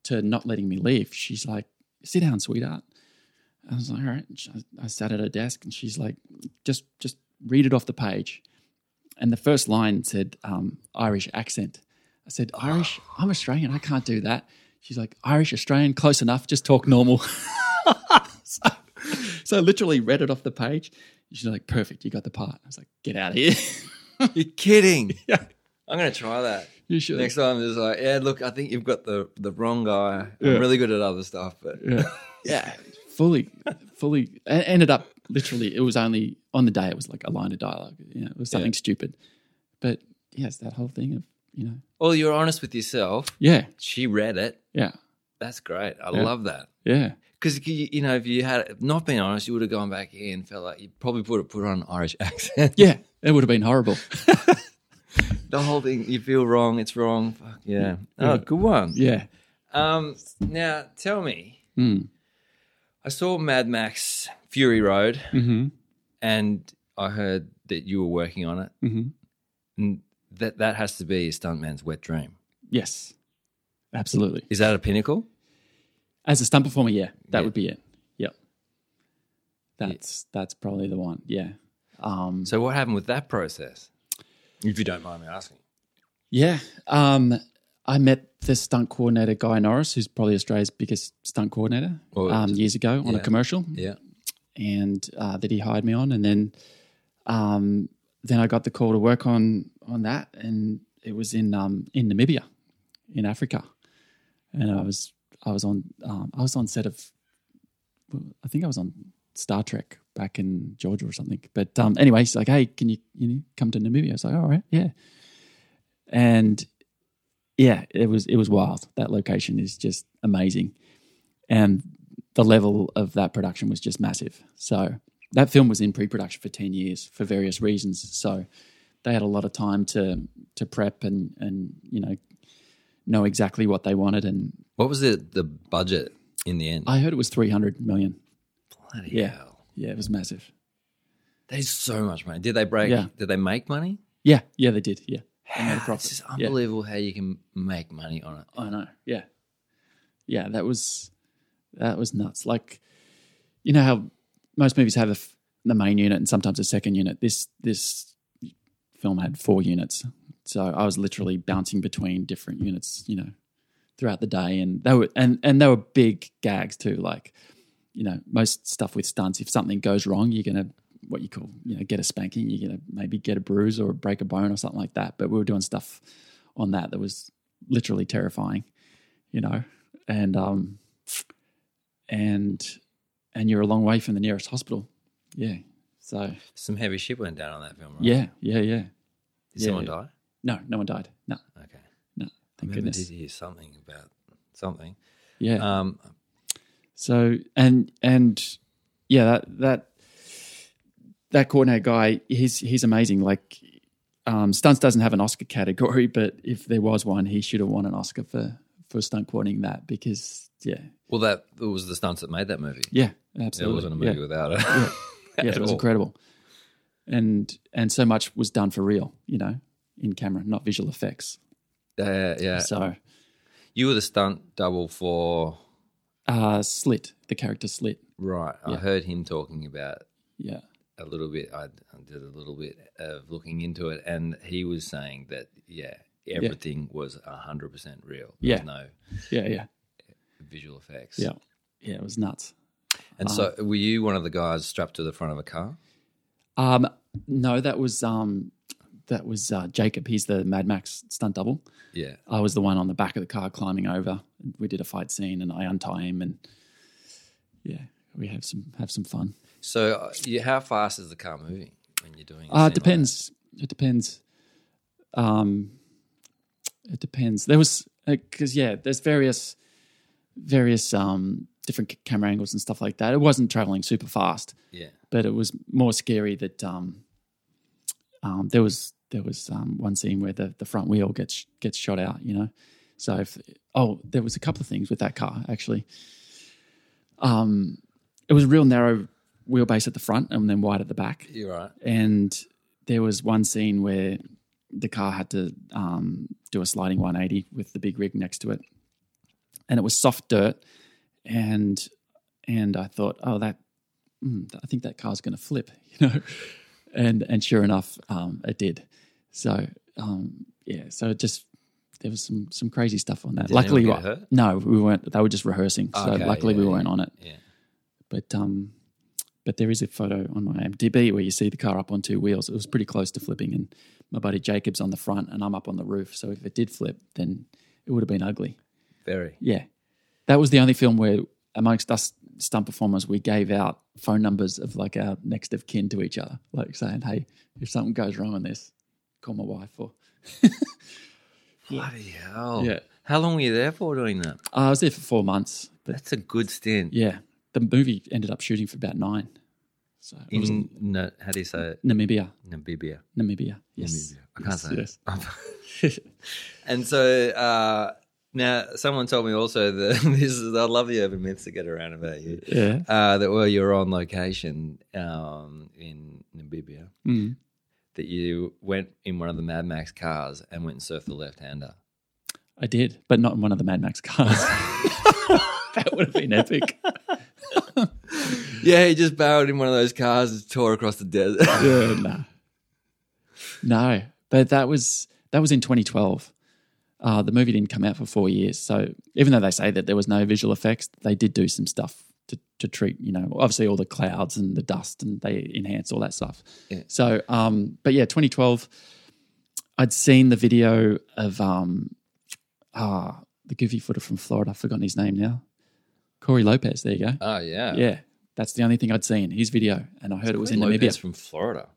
[SPEAKER 10] to not letting me leave. She's like, sit down, sweetheart. I was like, all right. And she- I, I sat at her desk and she's like, just just read it off the page. And the first line said um, Irish accent. I said, Irish, I'm Australian. I can't do that. She's like, Irish, Australian, close enough. Just talk normal. so, so I literally read it off the page. She's like, perfect. You got the part. I was like, get out of here.
[SPEAKER 7] You're kidding.
[SPEAKER 10] Yeah.
[SPEAKER 7] I'm gonna try that.
[SPEAKER 10] you should.
[SPEAKER 7] Next time, it's like, yeah, look, I think you've got the, the wrong guy.
[SPEAKER 10] Yeah.
[SPEAKER 7] I'm really good at other stuff, but
[SPEAKER 10] Yeah. yeah. Fully, fully and ended up literally, it was only on the day, it was like a line of dialogue. You know, it was something stupid. But yes, that whole thing of, you know,
[SPEAKER 7] well, Oh, you're honest with yourself.
[SPEAKER 10] yeah,
[SPEAKER 7] She read it.
[SPEAKER 10] yeah,
[SPEAKER 7] That's great. I
[SPEAKER 10] Yeah.
[SPEAKER 7] love that.
[SPEAKER 10] yeah.
[SPEAKER 7] Because you you know, if you had not been honest, you would have gone back in and felt like you probably put put on an Irish accent.
[SPEAKER 10] Yeah, it would have been horrible.
[SPEAKER 7] the whole thing, you feel wrong. It's wrong. Fuck yeah.
[SPEAKER 10] Yeah.
[SPEAKER 7] Oh, good one.
[SPEAKER 10] Yeah.
[SPEAKER 7] Um, now tell me,
[SPEAKER 10] Mm.
[SPEAKER 7] I saw Mad Max Fury Road,
[SPEAKER 10] Mm-hmm.
[SPEAKER 7] and I heard that you were working on it,
[SPEAKER 10] Mm-hmm.
[SPEAKER 7] and that that has to be a stuntman's wet dream.
[SPEAKER 10] Yes, absolutely.
[SPEAKER 7] Is that a pinnacle?
[SPEAKER 10] As a stunt performer, yeah, that
[SPEAKER 7] Yeah.
[SPEAKER 10] would be it. Yep. That's that's probably the one. Yeah. Um,
[SPEAKER 7] So what happened with that process? If you don't mind me asking.
[SPEAKER 10] Yeah. Um, I met the stunt coordinator, Guy Norris, who's probably Australia's biggest stunt coordinator,
[SPEAKER 7] Well,
[SPEAKER 10] um, years ago on
[SPEAKER 7] yeah.
[SPEAKER 10] a commercial,
[SPEAKER 7] Yeah.
[SPEAKER 10] and uh, that he hired me on, and then, um, then I got the call to work on on that, and it was in um, in Namibia, in Africa, and I was I was on um, I was on set of, well, I think I was on Star Trek back in Georgia or something. But um, anyway, he's like, "Hey, can you you know, come to Namibia?" I was like, "All right, yeah," and yeah, it was it was wild. That location is just amazing, and the level of that production was just massive. So that film was in pre-production for ten years for various reasons. So they had a lot of time to to prep and and you know know exactly what they wanted. And
[SPEAKER 7] What was the the budget in the end?
[SPEAKER 10] I heard it was three hundred million.
[SPEAKER 7] Bloody
[SPEAKER 10] Yeah.
[SPEAKER 7] hell.
[SPEAKER 10] Yeah, it was massive.
[SPEAKER 7] There's so much money. Did they break?
[SPEAKER 10] Yeah.
[SPEAKER 7] Did they make money?
[SPEAKER 10] Yeah, yeah, they did. Yeah, they made a
[SPEAKER 7] It's
[SPEAKER 10] profit.
[SPEAKER 7] just
[SPEAKER 10] Yeah.
[SPEAKER 7] unbelievable how you can make money on it.
[SPEAKER 10] I know. Yeah. Yeah, that was that was nuts. Like you know how most movies have a f the main unit and sometimes a second unit. This this film had four units. So I was literally bouncing between different units, you know, throughout the day and they were and and they were big gags too like you know, most stuff with stunts, if something goes wrong, you're going to what you call, you know, get a spanking, you're going to maybe get a bruise or break a bone or something like that. But we were doing stuff on that that was literally terrifying, you know, and um, and and you're a long way from the nearest hospital. Yeah. So
[SPEAKER 7] Some heavy shit went down on that film, right?
[SPEAKER 10] yeah, yeah, yeah.
[SPEAKER 7] Did
[SPEAKER 10] yeah,
[SPEAKER 7] someone
[SPEAKER 10] yeah.
[SPEAKER 7] die?
[SPEAKER 10] No, no one died. No,
[SPEAKER 7] Okay.
[SPEAKER 10] no.
[SPEAKER 7] I
[SPEAKER 10] Thank
[SPEAKER 7] remember did
[SPEAKER 10] goodness.
[SPEAKER 7] hear something about something.
[SPEAKER 10] Yeah.
[SPEAKER 7] Um,
[SPEAKER 10] So and and yeah, that that that coordinator guy, he's he's amazing. Like um, stunts doesn't have an Oscar category, but if there was one, he should have won an Oscar for for stunt coordinating that because yeah,
[SPEAKER 7] well, that it was the stunts that made that movie.
[SPEAKER 10] yeah,
[SPEAKER 7] There
[SPEAKER 10] absolutely.
[SPEAKER 7] wasn't a movie
[SPEAKER 10] yeah.
[SPEAKER 7] without it.
[SPEAKER 10] yeah,
[SPEAKER 7] at
[SPEAKER 10] it was
[SPEAKER 7] all.
[SPEAKER 10] incredible. And and so much was done for real, you know, in camera, not visual effects.
[SPEAKER 7] Yeah, yeah.
[SPEAKER 10] So
[SPEAKER 7] You were the stunt double for
[SPEAKER 10] uh, Slit, the character Slit,
[SPEAKER 7] right. I heard him talking about
[SPEAKER 10] yeah,
[SPEAKER 7] a little bit. I, I did a little bit of looking into it, and he was saying that yeah, everything was was hundred percent real. There was
[SPEAKER 10] Yeah.
[SPEAKER 7] no
[SPEAKER 10] yeah, yeah,
[SPEAKER 7] visual effects.
[SPEAKER 10] yeah, Uh-huh. yeah. It was nuts.
[SPEAKER 7] And so, were you one of the guys strapped to the front of a car?
[SPEAKER 10] Um, no, that was um, that was uh, Jacob. He's the Mad Max stunt double.
[SPEAKER 7] Yeah.
[SPEAKER 10] I was the one on the back of the car climbing over. We did a fight scene, and I untie him, and yeah, we have some have some fun.
[SPEAKER 7] So, uh, you, how fast is the car moving when you're doing? a
[SPEAKER 10] Uh,
[SPEAKER 7] scene
[SPEAKER 10] it depends. It depends. Um, it depends. There was because yeah, there's various various um different c- camera angles and stuff like that. It wasn't traveling super fast,
[SPEAKER 7] Like that?
[SPEAKER 10] but it was more scary that um, um there was there was um one scene where the the front wheel gets gets shot out. You know, so if oh, there was a couple of things with that car actually. Um, it was a real narrow wheelbase at the front and then wide at the back
[SPEAKER 7] Yeah, you're right.
[SPEAKER 10] and there was one scene where the car had to um, do a sliding 180 with the big rig next to it and it was soft dirt and and i thought oh that mm, i think that car's going to flip you know and and sure enough um, it did so um, yeah so it just there was some some crazy stuff on that
[SPEAKER 7] Did
[SPEAKER 10] luckily
[SPEAKER 7] anyone get hurt? Oh,
[SPEAKER 10] no we weren't they were just rehearsing so
[SPEAKER 7] Okay,
[SPEAKER 10] luckily
[SPEAKER 7] yeah,
[SPEAKER 10] we weren't on it
[SPEAKER 7] Yeah.
[SPEAKER 10] but um, but there is a photo on my IMDb where you see the car up on two wheels. It was pretty close to flipping, and my buddy Jacob's on the front, and I'm up on the roof. So if it did flip, then it would have been ugly.
[SPEAKER 7] Very.
[SPEAKER 10] Yeah, that was the only film where, amongst us stunt performers, we gave out phone numbers of like our next of kin to each other, like saying, "Hey, if something goes wrong on this, call my wife." Or
[SPEAKER 7] Bloody hell.
[SPEAKER 10] Yeah.
[SPEAKER 7] How long were you there for doing that?
[SPEAKER 10] uh, I was there for four months, but
[SPEAKER 7] That's a good stint.
[SPEAKER 10] yeah, the movie ended up shooting for about nine. So it was in
[SPEAKER 7] In Na- how do you say it?
[SPEAKER 10] Namibia,
[SPEAKER 7] Namibia.
[SPEAKER 10] Namibia, yes,
[SPEAKER 7] Namibia. I can't
[SPEAKER 10] Yes,
[SPEAKER 7] say
[SPEAKER 10] yes.
[SPEAKER 7] it. and so uh, now someone told me also that this is I love the urban myths that get around about you.
[SPEAKER 10] yeah.
[SPEAKER 7] Uh, that were you're on location um, in Namibia.
[SPEAKER 10] Mm.
[SPEAKER 7] That you went in one of the Mad Max cars and went and surfed the left hander.
[SPEAKER 10] I did, but not in one of the Mad Max cars. that would have been epic.
[SPEAKER 7] Yeah, he just barreled in one of those cars and tore across the desert.
[SPEAKER 10] Yeah, no. No, but that was that was in 2012. Uh, the movie didn't come out for four years, so even though they say that there was no visual effects, they did do some stuff to, to treat you know obviously all the clouds and the dust and they enhance all that stuff.
[SPEAKER 7] Yeah.
[SPEAKER 10] So, um, but yeah, 2012, I'd seen the video of um, ah, the goofy footer from Florida. I've forgotten his name now. Corey Lopez. There you go.
[SPEAKER 7] Oh yeah,
[SPEAKER 10] Yeah, that's the only thing I'd seen his video, and I heard it was in
[SPEAKER 7] Lopez
[SPEAKER 10] Namibia. Mm.
[SPEAKER 7] from Florida.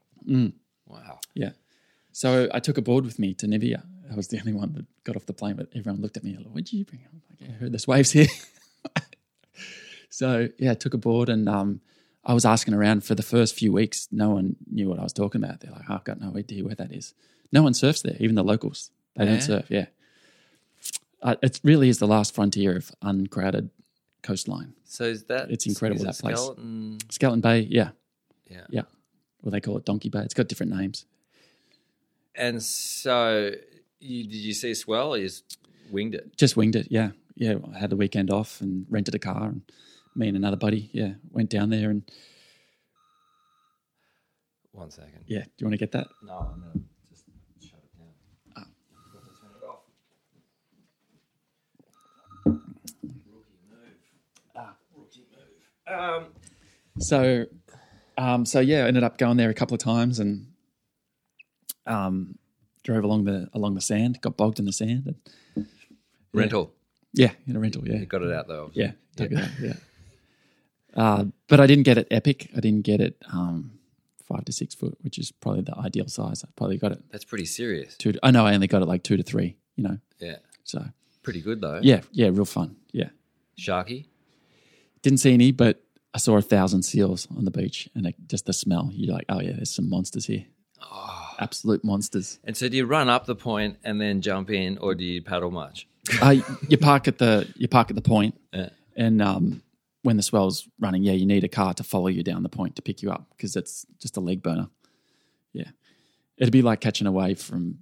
[SPEAKER 7] Wow.
[SPEAKER 10] Yeah, so I took a board with me to Namibia. I was the only one that got off the plane, but everyone looked at me like, "What'd you bring?" I'm like, "Yeah, "I heard there's waves here." so yeah, I took a board, and um, I was asking around for the first few weeks. No one knew what I was talking about. They're like, "I've got no idea where that is." No one surfs there, even the locals. They
[SPEAKER 7] Yeah.
[SPEAKER 10] don't surf. Yeah, uh, it really is the last frontier of uncrowded coastline.
[SPEAKER 7] So is that?
[SPEAKER 10] It's incredible,
[SPEAKER 7] Is
[SPEAKER 10] that place.
[SPEAKER 7] Skeleton.
[SPEAKER 10] Skeleton Bay, yeah.
[SPEAKER 7] Yeah.
[SPEAKER 10] Yeah. Well, they call it Donkey Bay. It's got different names.
[SPEAKER 7] And so, you, did you see a swell? Or you just winged it.
[SPEAKER 10] Just winged it, yeah. Yeah, I had the weekend off and rented a car and me and another buddy, yeah, went down there and
[SPEAKER 7] One second.
[SPEAKER 10] yeah, do you want to get that?
[SPEAKER 7] No, I'm gonna just shut it down. Forgot to turn it off.
[SPEAKER 10] So um so yeah, I ended up going there a couple of times and um drove along the along the sand, got bogged in the sand and
[SPEAKER 7] Rental.
[SPEAKER 10] Yeah, in a rental. Yeah,
[SPEAKER 7] You got it out though.
[SPEAKER 10] yeah, took it out, yeah. Uh, but I didn't get it epic. I didn't get it um, five to six foot, which is probably the ideal size. I probably got it
[SPEAKER 7] That's pretty serious.
[SPEAKER 10] two. To, I know I only got it like two to three. You know,
[SPEAKER 7] Yeah.
[SPEAKER 10] so
[SPEAKER 7] Pretty good though.
[SPEAKER 10] yeah, yeah, real fun. Yeah,
[SPEAKER 7] Sharky.
[SPEAKER 10] didn't see any, but I saw a thousand seals on the beach, and it, just the smell. You're like, oh yeah, there's some monsters here. Absolute monsters.
[SPEAKER 7] And so do you run up the point and then jump in or do you paddle much?
[SPEAKER 10] uh, you park at the you park at the point,
[SPEAKER 7] Yeah.
[SPEAKER 10] and um, when the swell's running, yeah, you need a car to follow you down the point to pick you up because it's just a leg burner. Yeah, it'd be like catching a wave from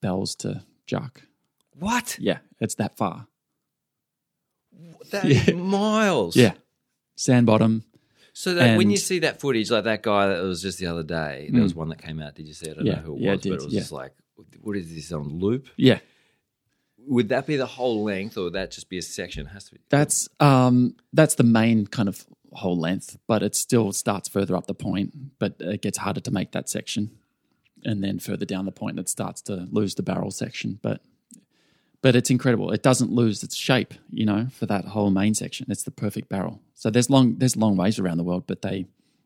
[SPEAKER 10] Bells to Jark.
[SPEAKER 7] What?
[SPEAKER 10] Yeah, it's that far.
[SPEAKER 7] That
[SPEAKER 10] Yeah.
[SPEAKER 7] miles.
[SPEAKER 10] Yeah, sand bottom.
[SPEAKER 7] So that when
[SPEAKER 10] And- Mm.
[SPEAKER 7] you see that footage, like that guy that was just the other day, there was one that came out. Did you see? it? I don't know
[SPEAKER 10] Yeah.
[SPEAKER 7] who it
[SPEAKER 10] Yeah, I
[SPEAKER 7] was, but
[SPEAKER 10] did.
[SPEAKER 7] it was
[SPEAKER 10] Yeah.
[SPEAKER 7] just like, what is this on loop?
[SPEAKER 10] Yeah,
[SPEAKER 7] Would that be the whole length, or would that just be a section? It has to be.
[SPEAKER 10] that's um that's the main kind of whole length, but it still starts further up the point, but it gets harder to make that section. And then further down the point it starts to lose the barrel section, but but it's incredible. It doesn't lose its shape, you know, for that whole main section. It's the perfect barrel. So there's long there's long waves around the world, but they,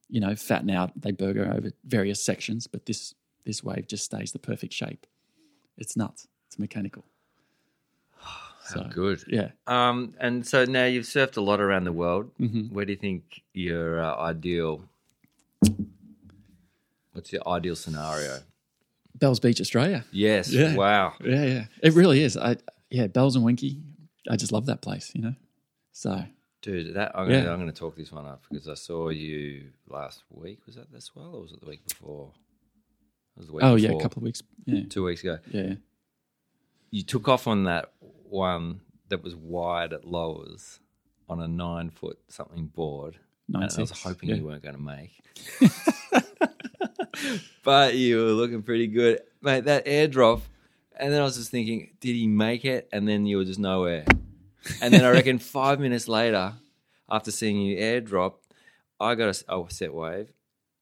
[SPEAKER 10] you know, fatten out, they burger over various sections, but this this wave just stays the perfect shape. It's nuts. It's mechanical.
[SPEAKER 7] How good.
[SPEAKER 10] Yeah.
[SPEAKER 7] Um, and so now you've surfed a lot around the world.
[SPEAKER 10] Mm-hmm.
[SPEAKER 7] Where do you think your uh, ideal? What's your ideal scenario?
[SPEAKER 10] Bells Beach, Australia.
[SPEAKER 7] Yes.
[SPEAKER 10] Yeah.
[SPEAKER 7] Wow.
[SPEAKER 10] Yeah, yeah. It really is. I yeah, Bells and Winky. I just love that place, you know. So
[SPEAKER 7] Dude, that I'm gonna,
[SPEAKER 10] Yeah.
[SPEAKER 7] I'm gonna talk this one up because I saw you last week. Was that this well, or was it the week before? It was the week
[SPEAKER 10] oh
[SPEAKER 7] before.
[SPEAKER 10] yeah, a couple of weeks. Yeah.
[SPEAKER 7] two weeks ago.
[SPEAKER 10] Yeah.
[SPEAKER 7] You took off on that one that was wide at lowers on a nine foot something board.
[SPEAKER 10] Nine
[SPEAKER 7] and I was
[SPEAKER 10] six,
[SPEAKER 7] hoping
[SPEAKER 10] yeah.
[SPEAKER 7] you weren't going to make, but you were looking pretty good, mate. That airdrop, and then I was just thinking, did he make it? And then you were just nowhere. And then I reckon five minutes later, after seeing you airdrop, I got a s- a set wave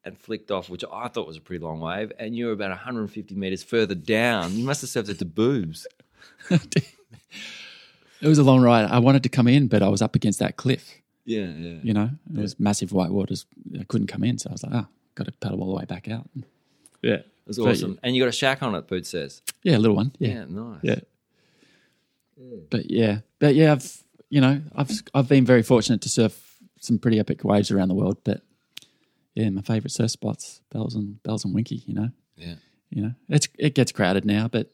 [SPEAKER 7] and flicked off, which I thought was a pretty long wave, and you were about 150 meters further down. You must have served it to boobs.
[SPEAKER 10] It was a long ride. I wanted to come in, but I was up against that cliff,
[SPEAKER 7] Yeah, yeah.
[SPEAKER 10] you know. It was massive white waters. I couldn't come in, so I was like, oh, got to paddle all the way back out. Yeah. It
[SPEAKER 7] It was awesome. And you got a shack on it, Boot says.
[SPEAKER 10] Yeah, a little one.
[SPEAKER 7] Yeah,
[SPEAKER 10] yeah.
[SPEAKER 7] nice.
[SPEAKER 10] Yeah. But yeah, but yeah, I've you know I've I've been very fortunate to surf some pretty epic waves around the world. But yeah, my favourite surf spots, Bells and Bells and Winky. You know,
[SPEAKER 7] Yeah.
[SPEAKER 10] you know, it's it gets crowded now, but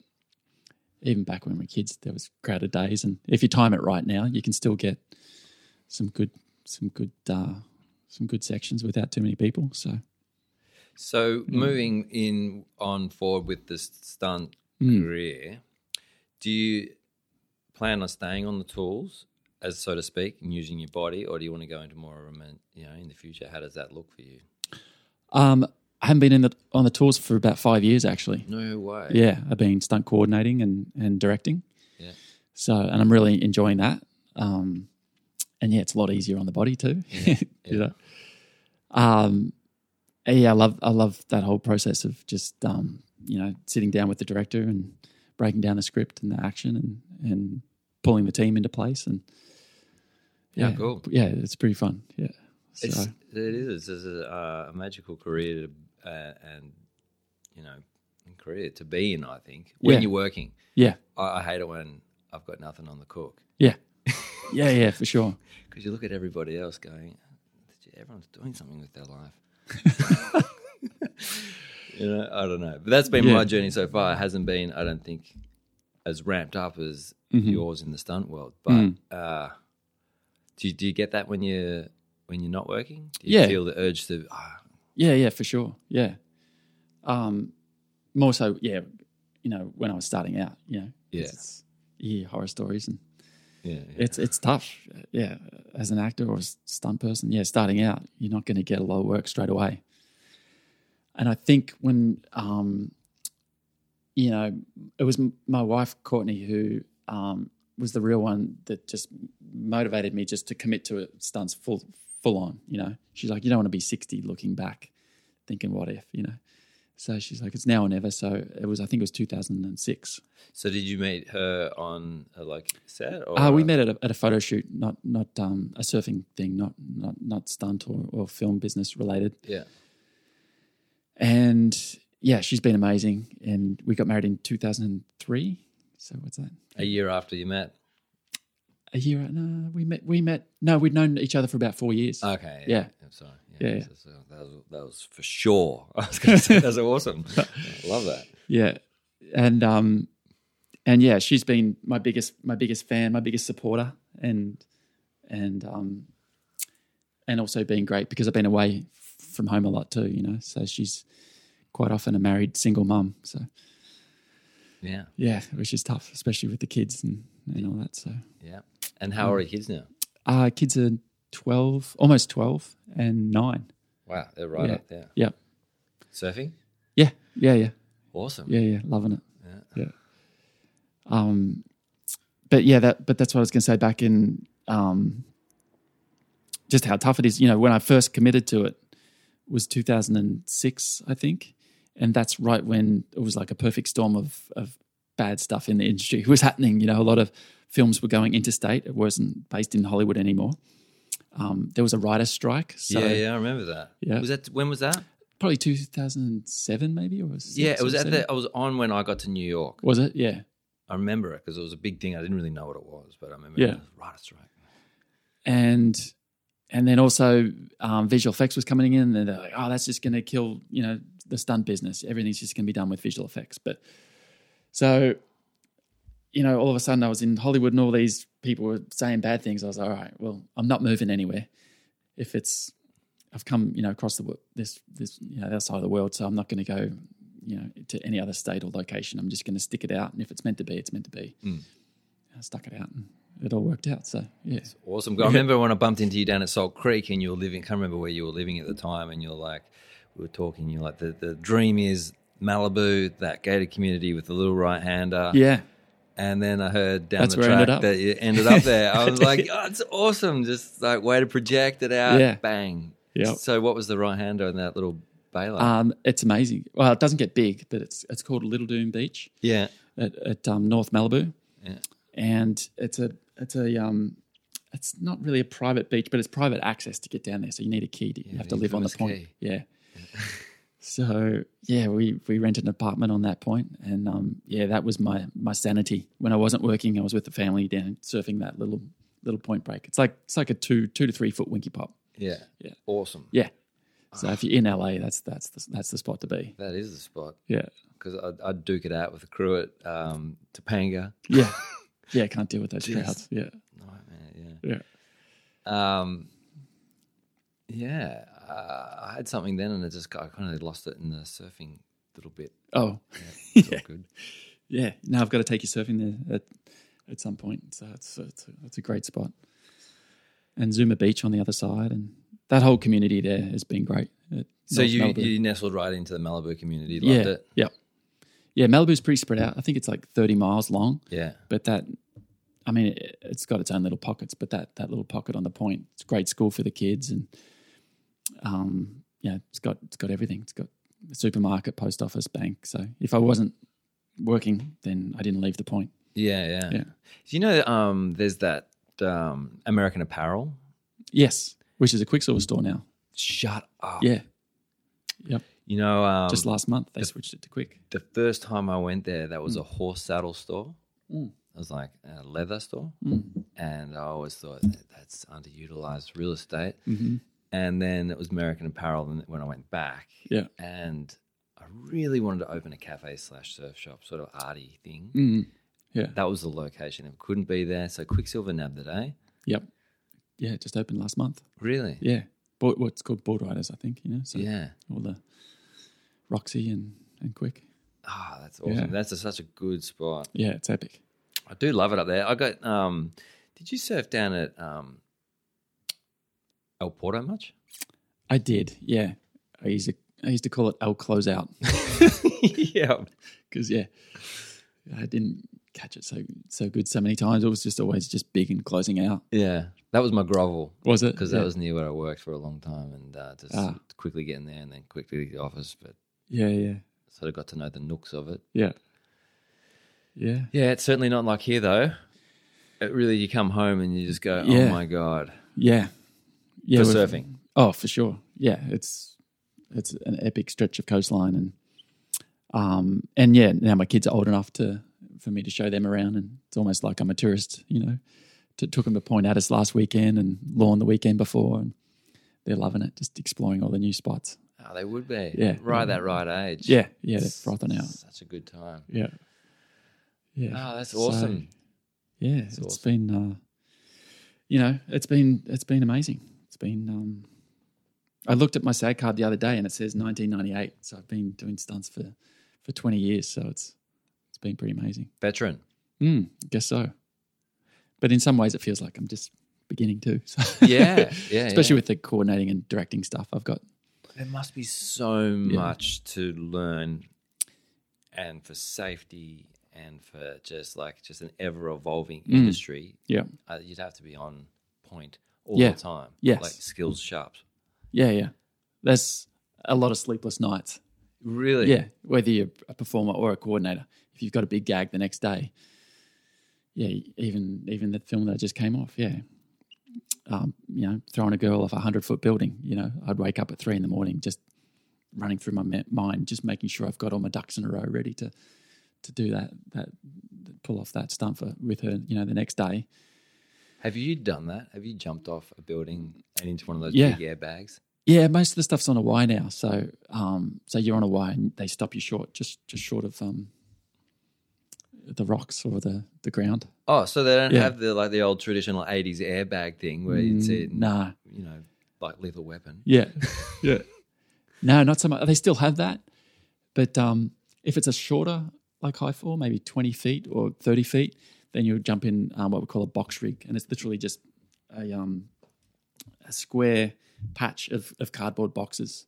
[SPEAKER 10] even back when we were kids, there was crowded days, and if you time it right now, you can still get some good some good uh, some good sections without too many people. So
[SPEAKER 7] So
[SPEAKER 10] Mm.
[SPEAKER 7] moving in on forward with this stunt
[SPEAKER 10] Mm.
[SPEAKER 7] career, do you plan on staying on the tools, as so to speak, and using your body, or do you want to go into more of a, man- you know, in the future? How does that look for you?
[SPEAKER 10] um, I haven't been in the on the tours for about five years actually.
[SPEAKER 7] No way.
[SPEAKER 10] Yeah, I've been stunt coordinating and, and directing.
[SPEAKER 7] Yeah.
[SPEAKER 10] So, and I'm really enjoying that. Um, and yeah, it's a lot easier on the body too. you know. Um, and yeah, I love I love that whole process of just um, you know sitting down with the director and breaking down the script and the action and and pulling the team into place and
[SPEAKER 7] Yeah, cool.
[SPEAKER 10] Yeah, it's pretty fun. Yeah. So
[SPEAKER 7] It's, it is. It's a, uh, a magical career to, uh, and you know, career to be in. I think when
[SPEAKER 10] Yeah.
[SPEAKER 7] you're working,
[SPEAKER 10] yeah,
[SPEAKER 7] I, I hate it when I've got nothing on the cook
[SPEAKER 10] yeah, yeah, yeah, for sure.
[SPEAKER 7] because you look at everybody else going, everyone's doing something with their life. you know, I don't know, but that's been my
[SPEAKER 10] Yeah.
[SPEAKER 7] journey so far. It hasn't been, I don't think, as ramped up as
[SPEAKER 10] Mm-hmm.
[SPEAKER 7] yours in the stunt world. But
[SPEAKER 10] Mm.
[SPEAKER 7] uh, do you, do you get that when you when you're not working? Do you
[SPEAKER 10] Yeah.
[SPEAKER 7] feel the urge to? ah
[SPEAKER 10] Yeah, yeah, for sure. Yeah. Um, more so, yeah, you know, when I was starting out, you know, 'cause
[SPEAKER 7] Yeah.
[SPEAKER 10] it's, you hear horror stories and
[SPEAKER 7] yeah, yeah.
[SPEAKER 10] it's it's tough. Yeah, as an actor or a stunt person, yeah, starting out, you're not going to get a lot of work straight away. And I think when, um, you know, it was m- my wife Courtney who um, was the real one that just motivated me just to commit to it, stunts full full on. You know, she's like, you don't want to be 60 looking back, thinking what if. You know, So she's like, it's now or never. So it was, I think it was 2006.
[SPEAKER 7] So did you meet her on uh, like set? Or,
[SPEAKER 10] Uh, we met at a, at a photo shoot, not not um, a surfing thing, not not not stunt or, or film business related.
[SPEAKER 7] Yeah.
[SPEAKER 10] And yeah, she's been amazing. And we got married in 2003. So what's that?
[SPEAKER 7] A year after you met.
[SPEAKER 10] A year? No, we met. We met. No, we'd known each other for about four years.
[SPEAKER 7] Okay.
[SPEAKER 10] Yeah.
[SPEAKER 7] I'm sorry.
[SPEAKER 10] Yeah, yeah.
[SPEAKER 7] so- so that, was, that was for sure. I was going to say that's awesome. I love that.
[SPEAKER 10] Yeah, and um, and yeah, she's been my biggest my biggest fan, my biggest supporter, and and um, and also been great because I've been away from home a lot too, you know. So she's quite often a married single mum. So
[SPEAKER 7] Yeah.
[SPEAKER 10] yeah, which is tough, especially with the kids and, and all that. So
[SPEAKER 7] Yeah. And how are your kids now?
[SPEAKER 10] uh, kids are twelve, almost twelve, and nine.
[SPEAKER 7] Wow, they're right
[SPEAKER 10] yeah.
[SPEAKER 7] up there.
[SPEAKER 10] Yeah,
[SPEAKER 7] Surfing?
[SPEAKER 10] yeah, yeah, yeah.
[SPEAKER 7] Awesome.
[SPEAKER 10] Yeah, yeah, loving it. Yeah. Um, but yeah, that but that's what I was going to say back in um, just how tough it is. You know, when I first committed to it was 2006, I think, and that's right when it was like a perfect storm of of bad stuff in the industry was happening. You know, a lot of films were going interstate. It wasn't based in Hollywood anymore. Um, there was a writer's strike. So
[SPEAKER 7] yeah, yeah, I remember that.
[SPEAKER 10] Yeah.
[SPEAKER 7] Was that when was that?
[SPEAKER 10] Probably 2007, maybe or six
[SPEAKER 7] yeah, it
[SPEAKER 10] or
[SPEAKER 7] was at
[SPEAKER 10] seven.
[SPEAKER 7] the I was on when I got to New York.
[SPEAKER 10] Was it? Yeah.
[SPEAKER 7] I remember it because it was a big thing. I didn't really know what it was, but I remember
[SPEAKER 10] Yeah.
[SPEAKER 7] it was right, that's right.
[SPEAKER 10] and and then also um, visual effects was coming in and they're like oh that's just going to kill you know the stunt business everything's just going to be done with visual effects but so you know all of a sudden i was in hollywood and all these people were saying bad things i was like all right well i'm not moving anywhere if it's i've come you know across the wo- this this you know the other side of the world so i'm not going to go you know to any other state or location i'm just going to stick it out and if it's meant to be it's meant to be i stuck it out and it all worked out so yeah
[SPEAKER 7] Awesome. I remember when I bumped into you down at Salt Creek and you were living, can't remember where you were living at the time, and you're like, we were talking, you're like, the, the dream is Malibu, that gated community with the little right hander.
[SPEAKER 10] yeah
[SPEAKER 7] And then I heard down
[SPEAKER 10] That's
[SPEAKER 7] the
[SPEAKER 10] where I ended
[SPEAKER 7] track
[SPEAKER 10] up.
[SPEAKER 7] that you ended up there. I was like, oh, it's awesome. Just like way to project it out.
[SPEAKER 10] Yeah.
[SPEAKER 7] Bang.
[SPEAKER 10] Yep.
[SPEAKER 7] So, what was the right hander in that little baler?
[SPEAKER 10] Um, it's amazing. Well, it doesn't get big, but it's it's called Little Doom Beach
[SPEAKER 7] yeah.
[SPEAKER 10] at, at um, North Malibu,
[SPEAKER 7] Yeah.
[SPEAKER 10] and it's a it's a um, it's not really a private beach, but it's private access to get down there. So you need a key. To, you have to
[SPEAKER 7] the
[SPEAKER 10] live on the
[SPEAKER 7] infamous
[SPEAKER 10] point.
[SPEAKER 7] key.
[SPEAKER 10] Yeah. so yeah, we we rented an apartment on that point, and um, yeah, that was my my sanity when I wasn't working. I was with the family down surfing that little little point break. It's like it's like a two two to three foot winky pop.
[SPEAKER 7] Yeah.
[SPEAKER 10] Yeah.
[SPEAKER 7] Awesome.
[SPEAKER 10] Yeah. So if you're in LA, that's that's the, that's the spot to be.
[SPEAKER 7] That is the spot.
[SPEAKER 10] Yeah.
[SPEAKER 7] Because I'd, I'd duke it out with the crew at um, Topanga.
[SPEAKER 10] Yeah. Yeah, can't deal with those crowds. Yeah.
[SPEAKER 7] Nightmare,
[SPEAKER 10] Yeah.
[SPEAKER 7] yeah. Um, yeah. Uh, I had something then and I just I kind of lost it in the surfing little bit.
[SPEAKER 10] Oh,
[SPEAKER 7] It's all good.
[SPEAKER 10] yeah. Now I've got to take you surfing there at, at some point. So it's, it's, it's a great spot. And Zuma Beach on the other side. And that whole community there has been great. At
[SPEAKER 7] So
[SPEAKER 10] North
[SPEAKER 7] you,
[SPEAKER 10] Malibu.
[SPEAKER 7] you nestled right into the Malibu community.
[SPEAKER 10] yeah.
[SPEAKER 7] Loved it.
[SPEAKER 10] Yeah. Yeah. Malibu's pretty spread out. I think it's like 30 miles long.
[SPEAKER 7] Yeah.
[SPEAKER 10] But that, I mean, it, it's got its own little pockets, but that, that little pocket on the point, it's a great school for the kids. And, um, yeah, it's got, it's got everything. It's got a supermarket, post office, bank. So if I wasn't working, then I didn't leave the point.
[SPEAKER 7] Yeah. Yeah.
[SPEAKER 10] Yeah.
[SPEAKER 7] Do you know um, there's that um, American Apparel?
[SPEAKER 10] Yes. Which is a Quicksilver store now.
[SPEAKER 7] Shut up.
[SPEAKER 10] Yeah.
[SPEAKER 7] You know, Ah, um,
[SPEAKER 10] Just last month, they switched it to Quick.
[SPEAKER 7] the first time I went there, that was a horse saddle store.
[SPEAKER 10] Mm.
[SPEAKER 7] It was like a leather store.
[SPEAKER 10] Mm.
[SPEAKER 7] And I always thought that that's underutilized real estate.
[SPEAKER 10] Mm-hmm.
[SPEAKER 7] And then it was American Apparel and when I went back.
[SPEAKER 10] Yeah.
[SPEAKER 7] And I really wanted to open a cafe slash surf shop, sort of arty thing.
[SPEAKER 10] Mm. Yeah.
[SPEAKER 7] That was the location. It couldn't be there. So Quicksilver nabbed it, eh?
[SPEAKER 10] Yep. Yeah. It just opened last month.
[SPEAKER 7] Really?
[SPEAKER 10] Yeah. Board, what's called Board Riders, I think, you know? So
[SPEAKER 7] Yeah.
[SPEAKER 10] all the Roxy and, and Quick.
[SPEAKER 7] Ah, that's awesome.
[SPEAKER 10] Yeah.
[SPEAKER 7] That's a, such a good spot.
[SPEAKER 10] Yeah. It's epic.
[SPEAKER 7] I do love it up there. I got, um, did you surf down at um, El Porto much?
[SPEAKER 10] I did. Yeah. I used to, I used to call it El Closeout
[SPEAKER 7] yeah.
[SPEAKER 10] because, yeah, I didn't catch it so so good so many times. It was just always just big and closing out.
[SPEAKER 7] Yeah. That was my grovel.
[SPEAKER 10] Was it?
[SPEAKER 7] because
[SPEAKER 10] Yeah.
[SPEAKER 7] that was near where I worked for a long time, and uh, just
[SPEAKER 10] Ah.
[SPEAKER 7] quickly getting there and then quickly to the office. But
[SPEAKER 10] Yeah, yeah,
[SPEAKER 7] Sort of got to know the nooks of it.
[SPEAKER 10] yeah, yeah.
[SPEAKER 7] Yeah, it's certainly not like here though. It really, you come home and you just go,
[SPEAKER 10] Yeah.
[SPEAKER 7] "Oh my god!"
[SPEAKER 10] Yeah. Yeah.
[SPEAKER 7] For
[SPEAKER 10] we've-
[SPEAKER 7] surfing.
[SPEAKER 10] Oh, for sure. Yeah. It's it's an epic stretch of coastline and um and yeah, now my kids are old enough to for me to show them around and it's almost like I'm a tourist, you know. To, took them to Point Addis last weekend and Lawn the weekend before and they're loving it, just exploring all the new spots.
[SPEAKER 7] Oh, they would be.
[SPEAKER 10] Yeah.
[SPEAKER 7] Right at that right age.
[SPEAKER 10] Yeah, yeah, they're frothing out.
[SPEAKER 7] Such a good time.
[SPEAKER 10] Yeah. Yeah.
[SPEAKER 7] Oh, that's
[SPEAKER 10] So-
[SPEAKER 7] awesome.
[SPEAKER 10] Yeah, it's
[SPEAKER 7] awesome.
[SPEAKER 10] been, uh, you know, it's been it's been amazing. It's been. Um, I looked at my SAG card the other day, and it says 1998. So I've been doing stunts for for 20 years. So it's it's been pretty amazing.
[SPEAKER 7] Veteran. Hmm.
[SPEAKER 10] Mm, I guess so. But in some ways, it feels like I'm just beginning to. So.
[SPEAKER 7] Yeah, yeah,
[SPEAKER 10] Especially
[SPEAKER 7] yeah.
[SPEAKER 10] with the coordinating and directing stuff I've got.
[SPEAKER 7] There must be so much to learn and for safety and for just like just an ever evolving
[SPEAKER 10] Mm.
[SPEAKER 7] industry.
[SPEAKER 10] Yeah.
[SPEAKER 7] Uh, you'd have to be on point all
[SPEAKER 10] Yeah.
[SPEAKER 7] the time.
[SPEAKER 10] Yes.
[SPEAKER 7] Like skills sharp.
[SPEAKER 10] Yeah, yeah. There's a lot of sleepless nights.
[SPEAKER 7] Really?
[SPEAKER 10] Yeah, whether you're a performer or a coordinator, if you've got a big gag the next day, yeah, even even the film that just came off, yeah, um, you know, throwing a girl off a hundred foot building, you know, I'd wake up at three in the morning just running through my mi- mind, just making sure I've got all my ducks in a row, ready to to do that that pull off that stunt for, with her, you know, the next day.
[SPEAKER 7] Have you done that? Have you jumped off a building and into one of those
[SPEAKER 10] Yeah.
[SPEAKER 7] big airbags?
[SPEAKER 10] Yeah, most of the stuff's on a Y now. So, um, so you're on a Y, and they stop you short, just just short of um, the rocks or the the ground.
[SPEAKER 7] Oh, so they don't
[SPEAKER 10] Yeah. Mm.
[SPEAKER 7] have the like the old traditional '80s airbag thing where you'd see it, in,
[SPEAKER 10] Nah,
[SPEAKER 7] you know, like lethal weapon.
[SPEAKER 10] yeah, yeah. No, not so much. They still have that, but um, if it's a shorter like high fall, maybe twenty feet or thirty feet, then you'll jump in um, what we call a box rig, and it's literally just a um, a square patch of, of cardboard boxes.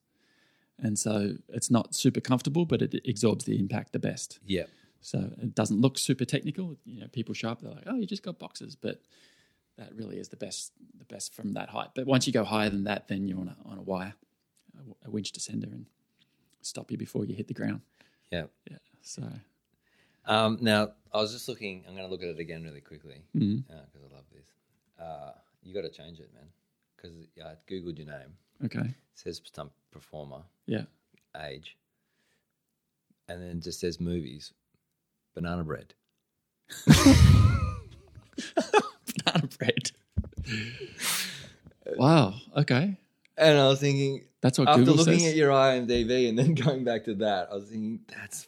[SPEAKER 10] And so it's not super comfortable, but it absorbs the impact the best.
[SPEAKER 7] Yeah.
[SPEAKER 10] So it doesn't look super technical. You know, people show up, they're like, "Oh, you just got boxes," but that really is the best, the best from that height. But once you go higher than that, then you're on a on a wire, a w- a winch descender, and stop you before you hit the ground.
[SPEAKER 7] Yeah.
[SPEAKER 10] So
[SPEAKER 7] Um, now, I was just looking. I'm going to look at it again really quickly because
[SPEAKER 10] Mm.
[SPEAKER 7] I love this. Uh, you got to change it, man. Because I googled your name.
[SPEAKER 10] okay,
[SPEAKER 7] It says stunt performer
[SPEAKER 10] yeah,
[SPEAKER 7] age, and then it just says movies, banana bread.
[SPEAKER 10] banana bread. wow. Okay,
[SPEAKER 7] And I was thinking,
[SPEAKER 10] that's what
[SPEAKER 7] after
[SPEAKER 10] Google
[SPEAKER 7] looking
[SPEAKER 10] says.
[SPEAKER 7] at your IMDb and then going back to that, I was thinking, that's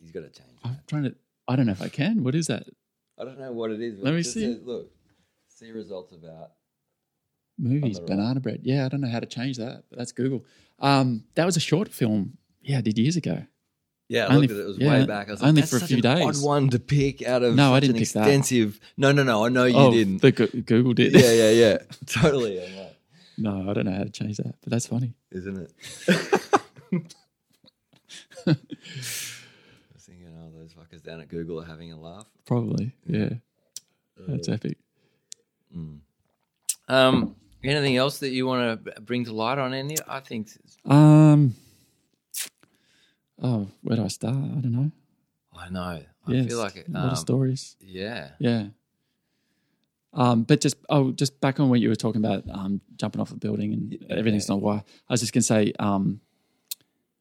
[SPEAKER 7] he's got to change.
[SPEAKER 10] I'm trying to. I don't know if I can. What is that?
[SPEAKER 7] I don't know what it is. but
[SPEAKER 10] Let
[SPEAKER 7] it
[SPEAKER 10] me
[SPEAKER 7] just
[SPEAKER 10] see.
[SPEAKER 7] says, look, see results about.
[SPEAKER 10] Movies,
[SPEAKER 7] right.
[SPEAKER 10] banana bread. Yeah, I don't know how to change that. But that's Google. Um, that was a short film. Yeah, I did years ago.
[SPEAKER 7] Yeah, I
[SPEAKER 10] Only
[SPEAKER 7] looked at it. It was
[SPEAKER 10] f-
[SPEAKER 7] way
[SPEAKER 10] yeah,
[SPEAKER 7] back. I was
[SPEAKER 10] only
[SPEAKER 7] like,
[SPEAKER 10] for a
[SPEAKER 7] that's
[SPEAKER 10] few
[SPEAKER 7] such an
[SPEAKER 10] days.
[SPEAKER 7] Odd one to pick out of.
[SPEAKER 10] No, I
[SPEAKER 7] such
[SPEAKER 10] didn't
[SPEAKER 7] an
[SPEAKER 10] pick that.
[SPEAKER 7] extensive. No, no, no. I know you
[SPEAKER 10] oh,
[SPEAKER 7] didn't.
[SPEAKER 10] The Go- Google did.
[SPEAKER 7] yeah, yeah, yeah. totally. I know.
[SPEAKER 10] No, I don't know how to change that, but that's funny.
[SPEAKER 7] Isn't it? I was thinking, oh, those fuckers down at Google are having a laugh.
[SPEAKER 10] Probably. Yeah. That's
[SPEAKER 7] Uh,
[SPEAKER 10] epic.
[SPEAKER 7] Um, anything else that you want to bring to light on any? I think
[SPEAKER 10] Um Oh, where do I start? I don't know.
[SPEAKER 7] I know. I
[SPEAKER 10] Yeah,
[SPEAKER 7] feel like it.
[SPEAKER 10] a lot
[SPEAKER 7] Um,
[SPEAKER 10] of stories.
[SPEAKER 7] yeah.
[SPEAKER 10] Yeah. Um, but just oh, just back on what you were talking about um, jumping off a building and everything's not why. I was just gonna say um,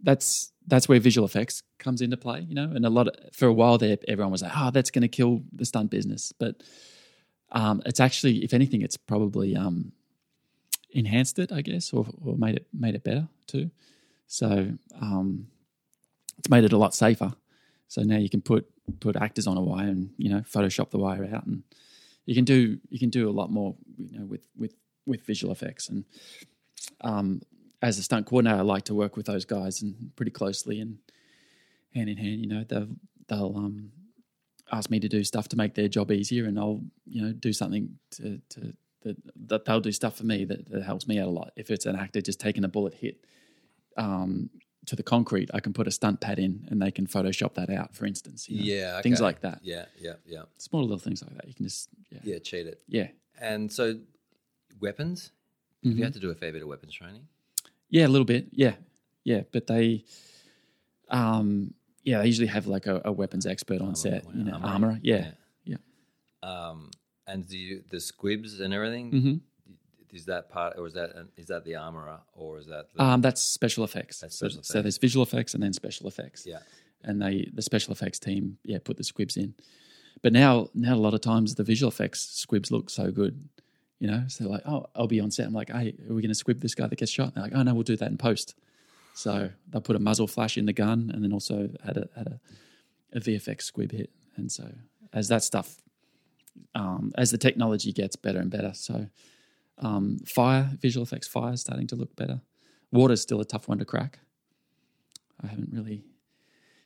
[SPEAKER 10] that's that's where visual effects comes into play, you know. And a lot of, for a while there, everyone was like, "Oh, that's gonna kill the stunt business," but um, it's actually, if anything, it's probably um, enhanced it, I guess, or, or made it made it better too. So um, it's made it a lot safer. So now you can put put actors on a wire and you know Photoshop the wire out, and you can do you can do a lot more you know with with with visual effects. And um, as a stunt coordinator, I like to work with those guys and pretty closely and hand in hand. You know they'll they'll um, ask me to do stuff to make their job easier, and I'll you know do something to to that, that they'll do stuff for me that, that helps me out a lot. If it's an actor just taking a bullet hit, um, to the concrete, I can put a stunt pad in and they can Photoshop that out, for instance. you know,
[SPEAKER 7] Yeah. Okay.
[SPEAKER 10] Things like that.
[SPEAKER 7] Yeah. Yeah. Yeah.
[SPEAKER 10] Small little things like that. You can just, yeah. Yeah.
[SPEAKER 7] Yeah. Cheat it. And so, weapons. You
[SPEAKER 10] Mhm.
[SPEAKER 7] had to do a fair bit of weapons training.
[SPEAKER 10] Yeah, a little bit. Yeah. Yeah. But they, Um, yeah, they usually have like a, a weapons expert on set, you know,
[SPEAKER 7] armorer.
[SPEAKER 10] armorer. Yeah, yeah.
[SPEAKER 7] Um, and do you, the squibs and everything
[SPEAKER 10] Mhm.
[SPEAKER 7] is that part, or is that is that the armorer, or is that the,
[SPEAKER 10] Um, that's special effects.
[SPEAKER 7] That's
[SPEAKER 10] so,
[SPEAKER 7] special
[SPEAKER 10] so there's visual effects and then special effects.
[SPEAKER 7] yeah?
[SPEAKER 10] and they the special effects team yeah put the squibs in but now now a lot of times the visual effects squibs look so good you know so like oh i'll be on set i'm like hey are we going to squib this guy that gets shot and they're like oh no we'll do that in post so they put a muzzle flash in the gun and then also had a had a, a vfx squib hit and so as that stuff um, as the technology gets better and better so um, fire visual effects fire is starting to look better water's still a tough one to crack i haven't really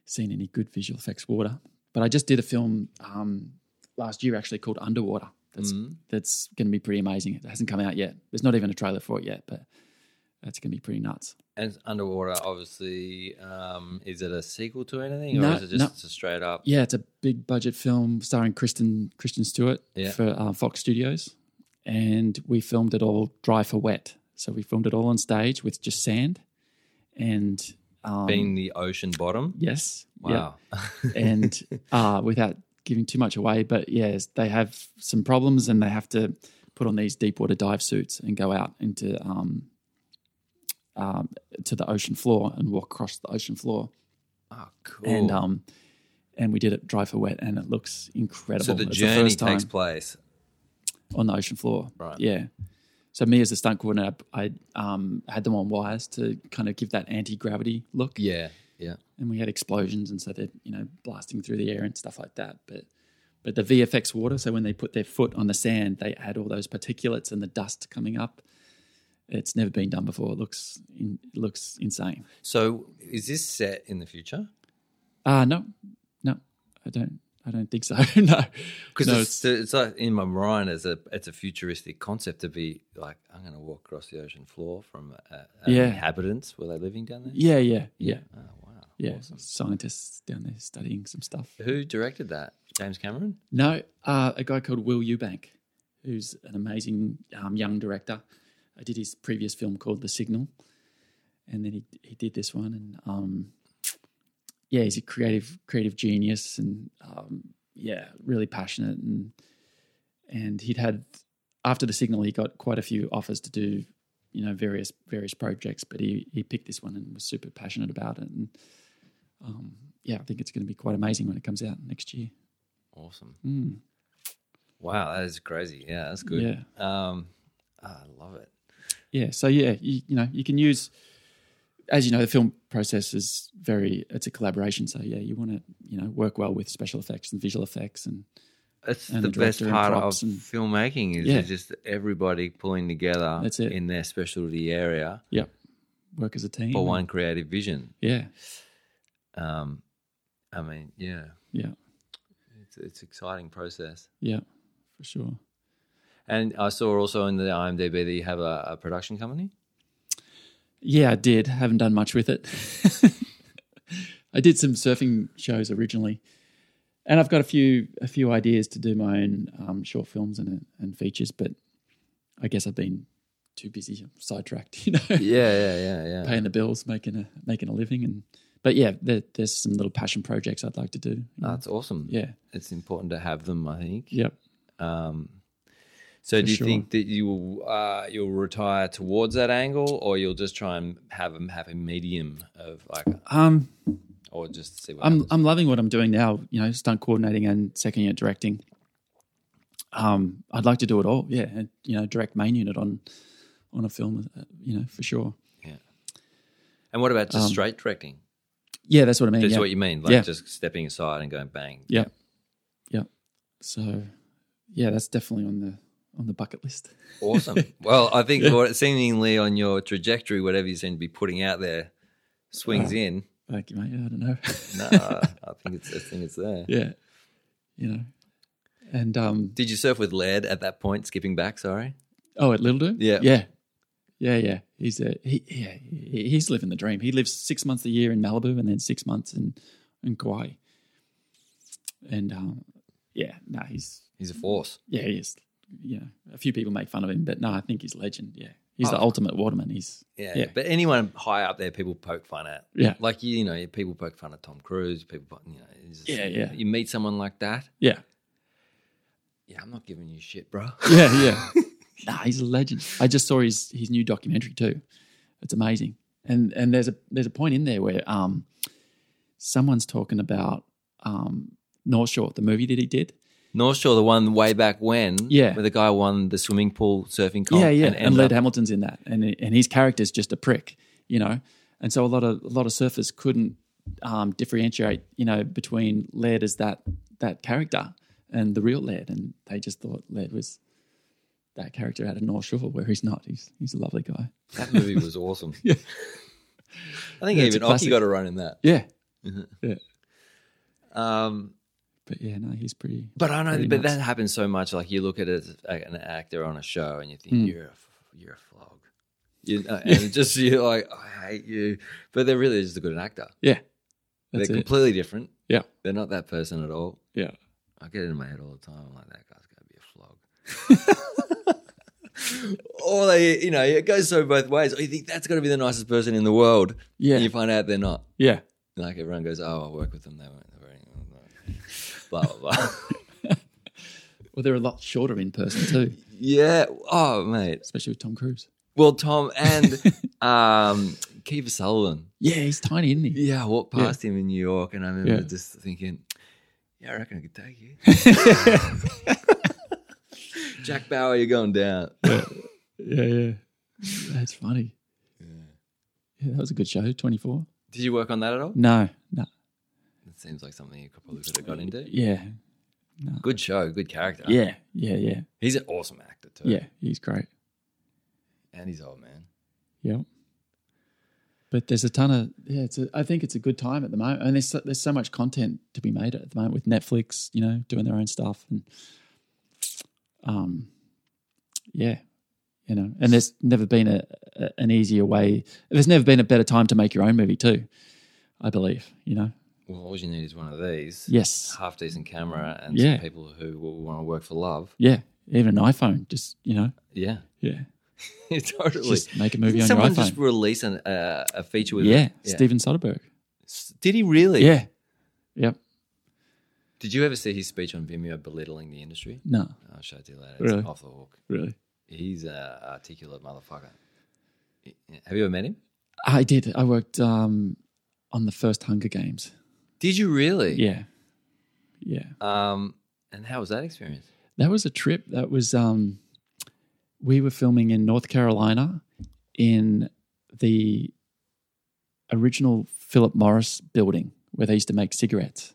[SPEAKER 10] seen any good visual effects water. But I just did a film um, last year actually called Underwater. That's
[SPEAKER 7] Mm-hmm.
[SPEAKER 10] that's going to be pretty amazing. It hasn't come out yet. There's not even a trailer for it yet, but that's going to be pretty nuts.
[SPEAKER 7] And it's underwater, obviously, um, is it a sequel to anything, or
[SPEAKER 10] No,
[SPEAKER 7] is it just
[SPEAKER 10] no.
[SPEAKER 7] a straight up?
[SPEAKER 10] Yeah, it's a big budget film starring Kristen Kristen Stewart
[SPEAKER 7] Yeah.
[SPEAKER 10] for uh, Fox Studios, and we filmed it all dry for wet. So we filmed it all on stage with just sand, and um,
[SPEAKER 7] Being the ocean bottom.
[SPEAKER 10] yes, yeah.
[SPEAKER 7] Wow.
[SPEAKER 10] and uh, without giving too much away, but yes, they have some problems and they have to put on these deep water dive suits and go out into um, um, to the ocean floor and walk across the ocean floor.
[SPEAKER 7] oh, cool.
[SPEAKER 10] And um, and we did it dry for wet, and it looks incredible.
[SPEAKER 7] so the
[SPEAKER 10] It's
[SPEAKER 7] journey
[SPEAKER 10] first
[SPEAKER 7] takes
[SPEAKER 10] time
[SPEAKER 7] place.
[SPEAKER 10] on the ocean floor.
[SPEAKER 7] Right.
[SPEAKER 10] Yeah. So me as the stunt coordinator, I um, had them on wires to kind of give that anti gravity look
[SPEAKER 7] Yeah, yeah.
[SPEAKER 10] and we had explosions and so they're you know blasting through the air and stuff like that but but the vfx water so when they put their foot on the sand they had all those particulates and the dust coming up it's never been done before it looks in, it looks insane
[SPEAKER 7] So is this set in the future?
[SPEAKER 10] uh no no i don't i don't think so no
[SPEAKER 7] Because
[SPEAKER 10] no,
[SPEAKER 7] it's, it's, like in my mind as a it's a futuristic concept to be like I'm going to walk across the ocean floor from uh, uh,
[SPEAKER 10] Yeah.
[SPEAKER 7] inhabitants. Were they living down there?
[SPEAKER 10] yeah yeah yeah
[SPEAKER 7] Oh, wow.
[SPEAKER 10] yeah scientists down there studying some stuff
[SPEAKER 7] Who directed that? James Cameron.
[SPEAKER 10] No, uh, a guy called Will Eubank, who's an amazing um, young director. I did his previous film called The Signal, and then he he did this one, and um, yeah, he's a creative creative genius, and um, yeah, really passionate, and and he'd had after The Signal, he got quite a few offers to do you know various various projects, but he he picked this one and was super passionate about it, and um, yeah, I think it's going to be quite amazing when it comes out next year.
[SPEAKER 7] Awesome.
[SPEAKER 10] Mm.
[SPEAKER 7] Wow, that is crazy. Yeah, that's good.
[SPEAKER 10] Yeah.
[SPEAKER 7] Um, ah, I love it.
[SPEAKER 10] Yeah. So yeah, you, you know, you can use, as you know, the film process is very it's a collaboration. So yeah, you want to you know work well with special effects and visual effects and
[SPEAKER 7] It's
[SPEAKER 10] And
[SPEAKER 7] the
[SPEAKER 10] the
[SPEAKER 7] best
[SPEAKER 10] director and
[SPEAKER 7] part of
[SPEAKER 10] props and-
[SPEAKER 7] filmmaking is
[SPEAKER 10] Yeah.
[SPEAKER 7] just everybody pulling together
[SPEAKER 10] That's it.
[SPEAKER 7] in their specialty area
[SPEAKER 10] yeah, work as a team.
[SPEAKER 7] for one creative vision.
[SPEAKER 10] Yeah.
[SPEAKER 7] Um, I mean, yeah,
[SPEAKER 10] Yeah.
[SPEAKER 7] it's it's exciting process.
[SPEAKER 10] Yeah. For sure.
[SPEAKER 7] And I saw also in the IMDb that you have a, a production company.
[SPEAKER 10] Yeah, I did. Haven't done much with it. I did some surfing shows originally, and I've got a few a few ideas to do my own um, short films and and features. But I guess I've been too busy, sidetracked. You know.
[SPEAKER 7] Yeah, yeah, yeah, yeah.
[SPEAKER 10] paying the bills, making a making a living, and but yeah, there, there's some little passion projects I'd like to do.
[SPEAKER 7] Ah, That's awesome.
[SPEAKER 10] Yeah,
[SPEAKER 7] It's important to have them, I think.
[SPEAKER 10] yep.
[SPEAKER 7] So
[SPEAKER 10] for
[SPEAKER 7] do you
[SPEAKER 10] sure.
[SPEAKER 7] think that you will, uh, you'll retire towards that angle or you'll just try and have them have a medium of like
[SPEAKER 10] Um,
[SPEAKER 7] or just see what
[SPEAKER 10] I'm
[SPEAKER 7] happens?
[SPEAKER 10] I'm loving what I'm doing now. You know, stunt coordinating and second unit directing. Um, I'd like to do it all. Yeah, and, you know, direct main unit on on a film. uh, You know, for sure.
[SPEAKER 7] And what about just
[SPEAKER 10] um,
[SPEAKER 7] straight directing?
[SPEAKER 10] Yeah, that's what I mean.
[SPEAKER 7] That's
[SPEAKER 10] yeah.
[SPEAKER 7] what you mean, like
[SPEAKER 10] Yeah.
[SPEAKER 7] just stepping aside and going bang.
[SPEAKER 10] Yeah, yeah. So, yeah, that's definitely on the on the bucket list.
[SPEAKER 7] Awesome. well, I think what, seemingly on your trajectory, whatever you seem to be putting out there swings in.
[SPEAKER 10] Thank you, mate. I don't know.
[SPEAKER 7] No, I think it's I think it's there.
[SPEAKER 10] yeah, you know, and um,
[SPEAKER 7] Did you surf with Laird at that point? Skipping back, sorry.
[SPEAKER 10] Oh, at Little Doom?
[SPEAKER 7] Yeah.
[SPEAKER 10] Yeah. Yeah, yeah. He's a he yeah, he- he's living the dream. He lives six months a year in Malibu and then six months in, in Kauai. And um yeah, no, he's
[SPEAKER 7] He's a force.
[SPEAKER 10] Mm. yeah, he is you know, a few people make fun of him, but no, I think he's a legend. Yeah. He's the ultimate waterman. He's
[SPEAKER 7] Oh. Yeah.
[SPEAKER 10] Yeah.
[SPEAKER 7] But anyone high up there, people poke fun at.
[SPEAKER 10] Yeah.
[SPEAKER 7] Like, you know, people poke fun at Tom Cruise. People, you know, it's just-
[SPEAKER 10] Yeah, yeah.
[SPEAKER 7] You meet someone like that.
[SPEAKER 10] yeah,
[SPEAKER 7] Yeah, I'm not giving you shit, bro.
[SPEAKER 10] yeah, yeah. nah, he's a legend. I just saw his his new documentary too. It's amazing. And and there's a there's a point in there where um someone's talking about um North Shore, the movie that he did.
[SPEAKER 7] North Shore, the one way back when.
[SPEAKER 10] Yeah.
[SPEAKER 7] Where the guy won the swimming pool surfing comp.
[SPEAKER 10] yeah, yeah,
[SPEAKER 7] And,
[SPEAKER 10] and, uh,
[SPEAKER 7] ended
[SPEAKER 10] Led
[SPEAKER 7] up-
[SPEAKER 10] Hamilton's in that, and and his character's just a prick, you know. And so a lot of a lot of surfers couldn't um, differentiate, you know, between Led as that that character and the real Led, and they just thought Led was that character out of North Shore, where he's not. He's he's a lovely guy.
[SPEAKER 7] that movie was awesome. yeah. I think
[SPEAKER 10] Yeah, it's a
[SPEAKER 7] even Oki
[SPEAKER 10] classic.
[SPEAKER 7] got a run in that.
[SPEAKER 10] Yeah,
[SPEAKER 7] Um,
[SPEAKER 10] but yeah, no, he's pretty.
[SPEAKER 7] but I know,
[SPEAKER 10] Pretty
[SPEAKER 7] but
[SPEAKER 10] nuts.
[SPEAKER 7] that happens so much. Like you look at it as a- an actor on a show, and you think
[SPEAKER 10] Hmm.
[SPEAKER 7] you're a, f- you're a flog, you know, and just you're like, I hate you. But they're really just a good actor.
[SPEAKER 10] Yeah, that's
[SPEAKER 7] they're
[SPEAKER 10] it.
[SPEAKER 7] completely different.
[SPEAKER 10] Yeah.
[SPEAKER 7] They're not that person at all.
[SPEAKER 10] yeah,
[SPEAKER 7] I get it in my head all the time. I'm like, that guy's going to be a flog. or they, you know, it goes so both ways. Or you think that's got to be the nicest person in the world.
[SPEAKER 10] Yeah.
[SPEAKER 7] And you find out they're not.
[SPEAKER 10] yeah.
[SPEAKER 7] Like everyone goes, oh, I work with them. They weren't. They weren't blah, blah, blah.
[SPEAKER 10] Well, they're a lot shorter in person too,
[SPEAKER 7] yeah. Oh, mate.
[SPEAKER 10] especially with Tom Cruise.
[SPEAKER 7] Well, Tom and um, Kiefer Sutherland.
[SPEAKER 10] Yeah, he's tiny, isn't he?
[SPEAKER 7] Yeah, I walked
[SPEAKER 10] Yeah.
[SPEAKER 7] past him in New York and I remember
[SPEAKER 10] Yeah.
[SPEAKER 7] just thinking, yeah, I reckon I could take you. Jack Bauer, you're going down.
[SPEAKER 10] Yeah, yeah. That's funny. Yeah, that was a good show. Twenty four.
[SPEAKER 7] Did you work on that at all?
[SPEAKER 10] No, no.
[SPEAKER 7] That seems like something you could probably could have got into.
[SPEAKER 10] Yeah,
[SPEAKER 7] Good show, good character.
[SPEAKER 10] yeah, yeah, yeah,
[SPEAKER 7] He's an awesome actor too.
[SPEAKER 10] yeah. He's great.
[SPEAKER 7] And he's old man.
[SPEAKER 10] Yeah. But there's a ton of yeah. It's a, I think it's a good time at the moment, and there's so, there's so much content to be made at the moment with Netflix, you know, doing their own stuff, and um, yeah, you know, and there's never been a, a an easier way. There's never been a better time to make your own movie too. I believe, you know.
[SPEAKER 7] Well, all you need is one of these.
[SPEAKER 10] Yes.
[SPEAKER 7] Half decent camera and
[SPEAKER 10] Yeah.
[SPEAKER 7] some people who will want to work for love.
[SPEAKER 10] Yeah. Even an iPhone, just you know.
[SPEAKER 7] Yeah.
[SPEAKER 10] Yeah.
[SPEAKER 7] totally.
[SPEAKER 10] Just make a movie on your
[SPEAKER 7] Someone
[SPEAKER 10] iPhone.
[SPEAKER 7] just release an, uh, a feature with
[SPEAKER 10] Yeah,
[SPEAKER 7] it. Yeah.
[SPEAKER 10] Steven Soderbergh.
[SPEAKER 7] S- Did he really?
[SPEAKER 10] Yeah. Yep.
[SPEAKER 7] Did you ever see his speech on Vimeo belittling the industry? Uh,
[SPEAKER 10] No.
[SPEAKER 7] I'll show it to you later. It's
[SPEAKER 10] Really?
[SPEAKER 7] off the hook.
[SPEAKER 10] Really.
[SPEAKER 7] He's a articulate motherfucker. Have you ever met him?
[SPEAKER 10] I did. I worked um, on the first Hunger Games.
[SPEAKER 7] Did you really?
[SPEAKER 10] Yeah. Yeah.
[SPEAKER 7] Um, and how was that experience?
[SPEAKER 10] That was a trip. That was um we were filming in North Carolina in the original Philip Morris building where they used to make cigarettes.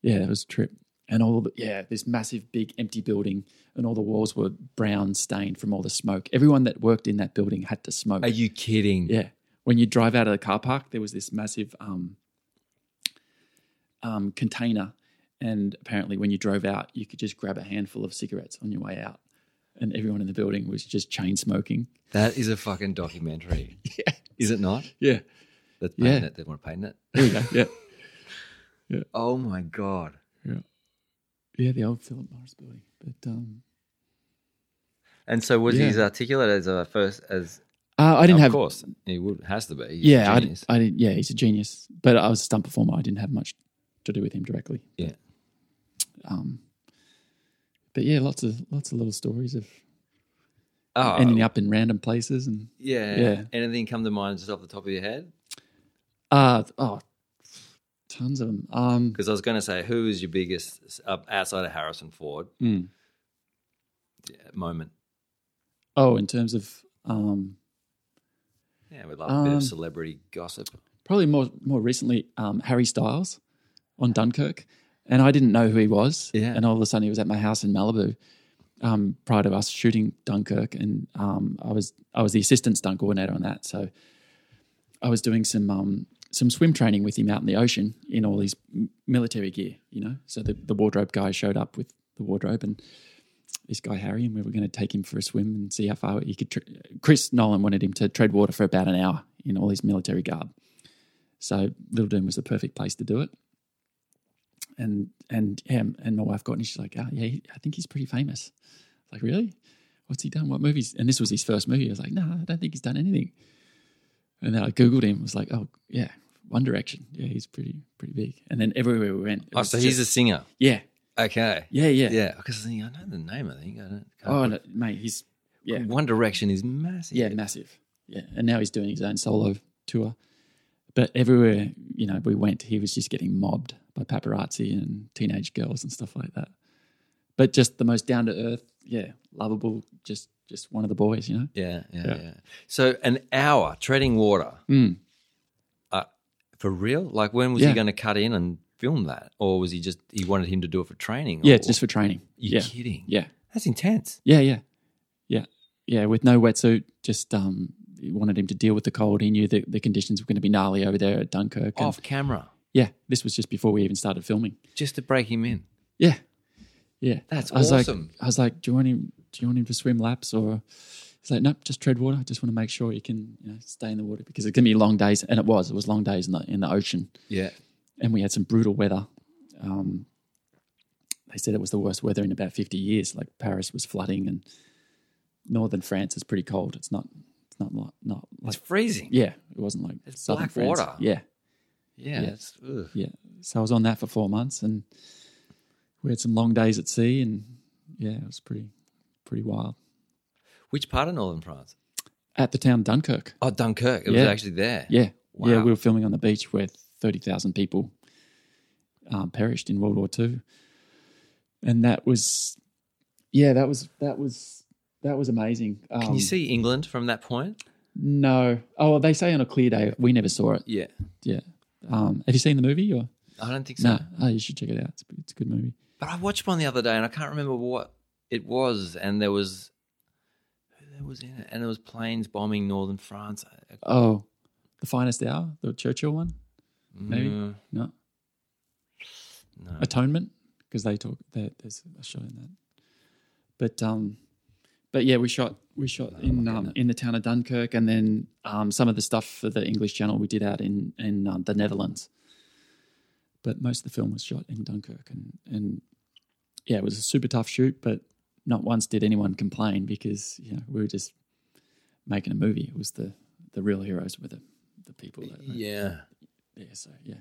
[SPEAKER 10] Yeah, that was a trip. And all the yeah, this massive big empty building and all the walls were brown stained from all the smoke. Everyone that worked in that building had to smoke.
[SPEAKER 7] Are you kidding?
[SPEAKER 10] Yeah. When you drive out of the car park, there was this massive um, um, container. And apparently, when you drove out, you could just grab a handful of cigarettes on your way out. And everyone in the building was just chain smoking.
[SPEAKER 7] That is a fucking documentary. yeah. Is it not?
[SPEAKER 10] Yeah.
[SPEAKER 7] That's
[SPEAKER 10] Yeah.
[SPEAKER 7] painting it. They want to paint it.
[SPEAKER 10] There we go. Yeah.
[SPEAKER 7] Oh my God.
[SPEAKER 10] Yeah, the old Philip Morris building. But um,
[SPEAKER 7] And so was
[SPEAKER 10] Yeah.
[SPEAKER 7] he as articulate as a first as
[SPEAKER 10] uh, I didn't
[SPEAKER 7] of
[SPEAKER 10] have.
[SPEAKER 7] course. He would has to be. He's a
[SPEAKER 10] Yeah, I,
[SPEAKER 7] genius.
[SPEAKER 10] didn't- I didn't. Yeah, he's a genius. But I was a stunt performer. I didn't have much to do with him directly.
[SPEAKER 7] yeah.
[SPEAKER 10] Um, but yeah, lots of lots of little stories of
[SPEAKER 7] Oh
[SPEAKER 10] ending up in random places and
[SPEAKER 7] yeah.
[SPEAKER 10] yeah.
[SPEAKER 7] Anything come to mind just off the top of your head?
[SPEAKER 10] Uh oh, tons of them. Um,
[SPEAKER 7] Because I was going to say, who is your biggest up outside of Harrison Ford
[SPEAKER 10] Mm.
[SPEAKER 7] Yeah, moment?
[SPEAKER 10] oh, in terms of um,
[SPEAKER 7] Yeah, we'd love a bit
[SPEAKER 10] Um,
[SPEAKER 7] of celebrity gossip.
[SPEAKER 10] probably more more recently, um, Harry Styles on Dunkirk, and I didn't know who he was.
[SPEAKER 7] Yeah.
[SPEAKER 10] and all of a sudden he was at my house in Malibu. Um, prior to us shooting Dunkirk, and um, I was I was the assistant stunt coordinator on that, so I was doing some um, some swim training with him out in the ocean in all his m- military gear, you know. So the, the wardrobe guy showed up with the wardrobe and this guy Harry, and we were going to take him for a swim and see how far he could. Tr- Chris Nolan wanted him to tread water for about an hour in all his military garb. So Little Doom was the perfect place to do it. And and yeah, and my wife got in, and she's like, oh, yeah, he- I think he's pretty famous. I was like, really? what's he done? What movies? And this was his first movie. I was like, no, I don't think he's done anything. And then I googled him. I was like, oh yeah, One Direction. Yeah, he's pretty pretty big. And then everywhere we went, it
[SPEAKER 7] Oh,
[SPEAKER 10] was
[SPEAKER 7] so he's a
[SPEAKER 10] just-
[SPEAKER 7] singer.
[SPEAKER 10] yeah,
[SPEAKER 7] Okay.
[SPEAKER 10] yeah, yeah,
[SPEAKER 7] Yeah. Because I know the name. I think. I don't,
[SPEAKER 10] Oh no, mate, he's yeah,
[SPEAKER 7] One Direction is massive.
[SPEAKER 10] yeah, massive. Yeah, and now he's doing his own solo tour. But everywhere you know we went, he was just getting mobbed by paparazzi and teenage girls and stuff like that. But just the most down to earth, yeah, lovable, just just one of the boys, you know.
[SPEAKER 7] Yeah, yeah, yeah.
[SPEAKER 10] Yeah.
[SPEAKER 7] So an hour treading water.
[SPEAKER 10] Mm.
[SPEAKER 7] Uh, for real? Like when was he
[SPEAKER 10] Yeah.
[SPEAKER 7] going to cut in and film that, or was he just he wanted him to do it for training?
[SPEAKER 10] Yeah,
[SPEAKER 7] or,
[SPEAKER 10] just for training.
[SPEAKER 7] you
[SPEAKER 10] Yeah,
[SPEAKER 7] kidding?
[SPEAKER 10] yeah,
[SPEAKER 7] that's intense.
[SPEAKER 10] yeah, yeah, yeah, yeah. With no wetsuit, just um, he wanted him to deal with the cold. He knew that the conditions were going to be gnarly over there at Dunkirk. and-
[SPEAKER 7] Off camera,
[SPEAKER 10] yeah, this was just before we even started filming.
[SPEAKER 7] just to break him in.
[SPEAKER 10] Yeah. Yeah.
[SPEAKER 7] That's
[SPEAKER 10] I was
[SPEAKER 7] awesome.
[SPEAKER 10] Like, I was like, do you want him do you want him to swim laps or he's like, nope, just tread water. I just want to make sure he can, you know, stay in the water because it can be long days and it was. It was long days in the in the ocean.
[SPEAKER 7] Yeah.
[SPEAKER 10] And we had some brutal weather. Um they said it was the worst weather in about fifty years. Like Paris was flooding and northern France is pretty cold. It's not it's not like not
[SPEAKER 7] It's
[SPEAKER 10] like
[SPEAKER 7] freezing.
[SPEAKER 10] yeah, it wasn't like
[SPEAKER 7] It's
[SPEAKER 10] southern
[SPEAKER 7] black
[SPEAKER 10] France.
[SPEAKER 7] water.
[SPEAKER 10] Yeah.
[SPEAKER 7] Yeah.
[SPEAKER 10] Yeah.
[SPEAKER 7] it's- ugh.
[SPEAKER 10] Yeah. So I was on that for four months and we had some long days at sea and yeah, it was pretty pretty wild.
[SPEAKER 7] Which part of northern France?
[SPEAKER 10] At the town Dunkirk.
[SPEAKER 7] Oh, Dunkirk. It was
[SPEAKER 10] Yeah.
[SPEAKER 7] actually there.
[SPEAKER 10] Yeah. Yeah,
[SPEAKER 7] Wow.
[SPEAKER 10] we were filming on the beach where 30,000 people um, perished in World War II. And that was yeah, that was that was that was amazing. Um,
[SPEAKER 7] Can you see England from that point?
[SPEAKER 10] No. Oh, well, they say on a clear day. We never saw it.
[SPEAKER 7] Yeah.
[SPEAKER 10] Yeah. Um, have you seen the movie or
[SPEAKER 7] I don't think so.
[SPEAKER 10] no? Oh, you should check it out. It's, it's a good movie.
[SPEAKER 7] But I watched one the other day, and I can't remember what it was. And there was who there was in it, and there was planes bombing northern France. I- I-
[SPEAKER 10] Oh, the finest hour, the Churchill one, maybe
[SPEAKER 7] Mm,
[SPEAKER 10] no
[SPEAKER 7] no.
[SPEAKER 10] atonement because they talk. There, there's a shot in that, but um, but yeah, we shot we shot in um, in the town of Dunkirk, and then um, some of the stuff for the English Channel we did out in in um, the Netherlands. But most of the film was shot in Dunkirk, and and yeah, it was a super tough shoot, but not once did anyone complain because you know we were just making a movie. It was the the real heroes were the the people that
[SPEAKER 7] Yeah,
[SPEAKER 10] Yeah, so yeah.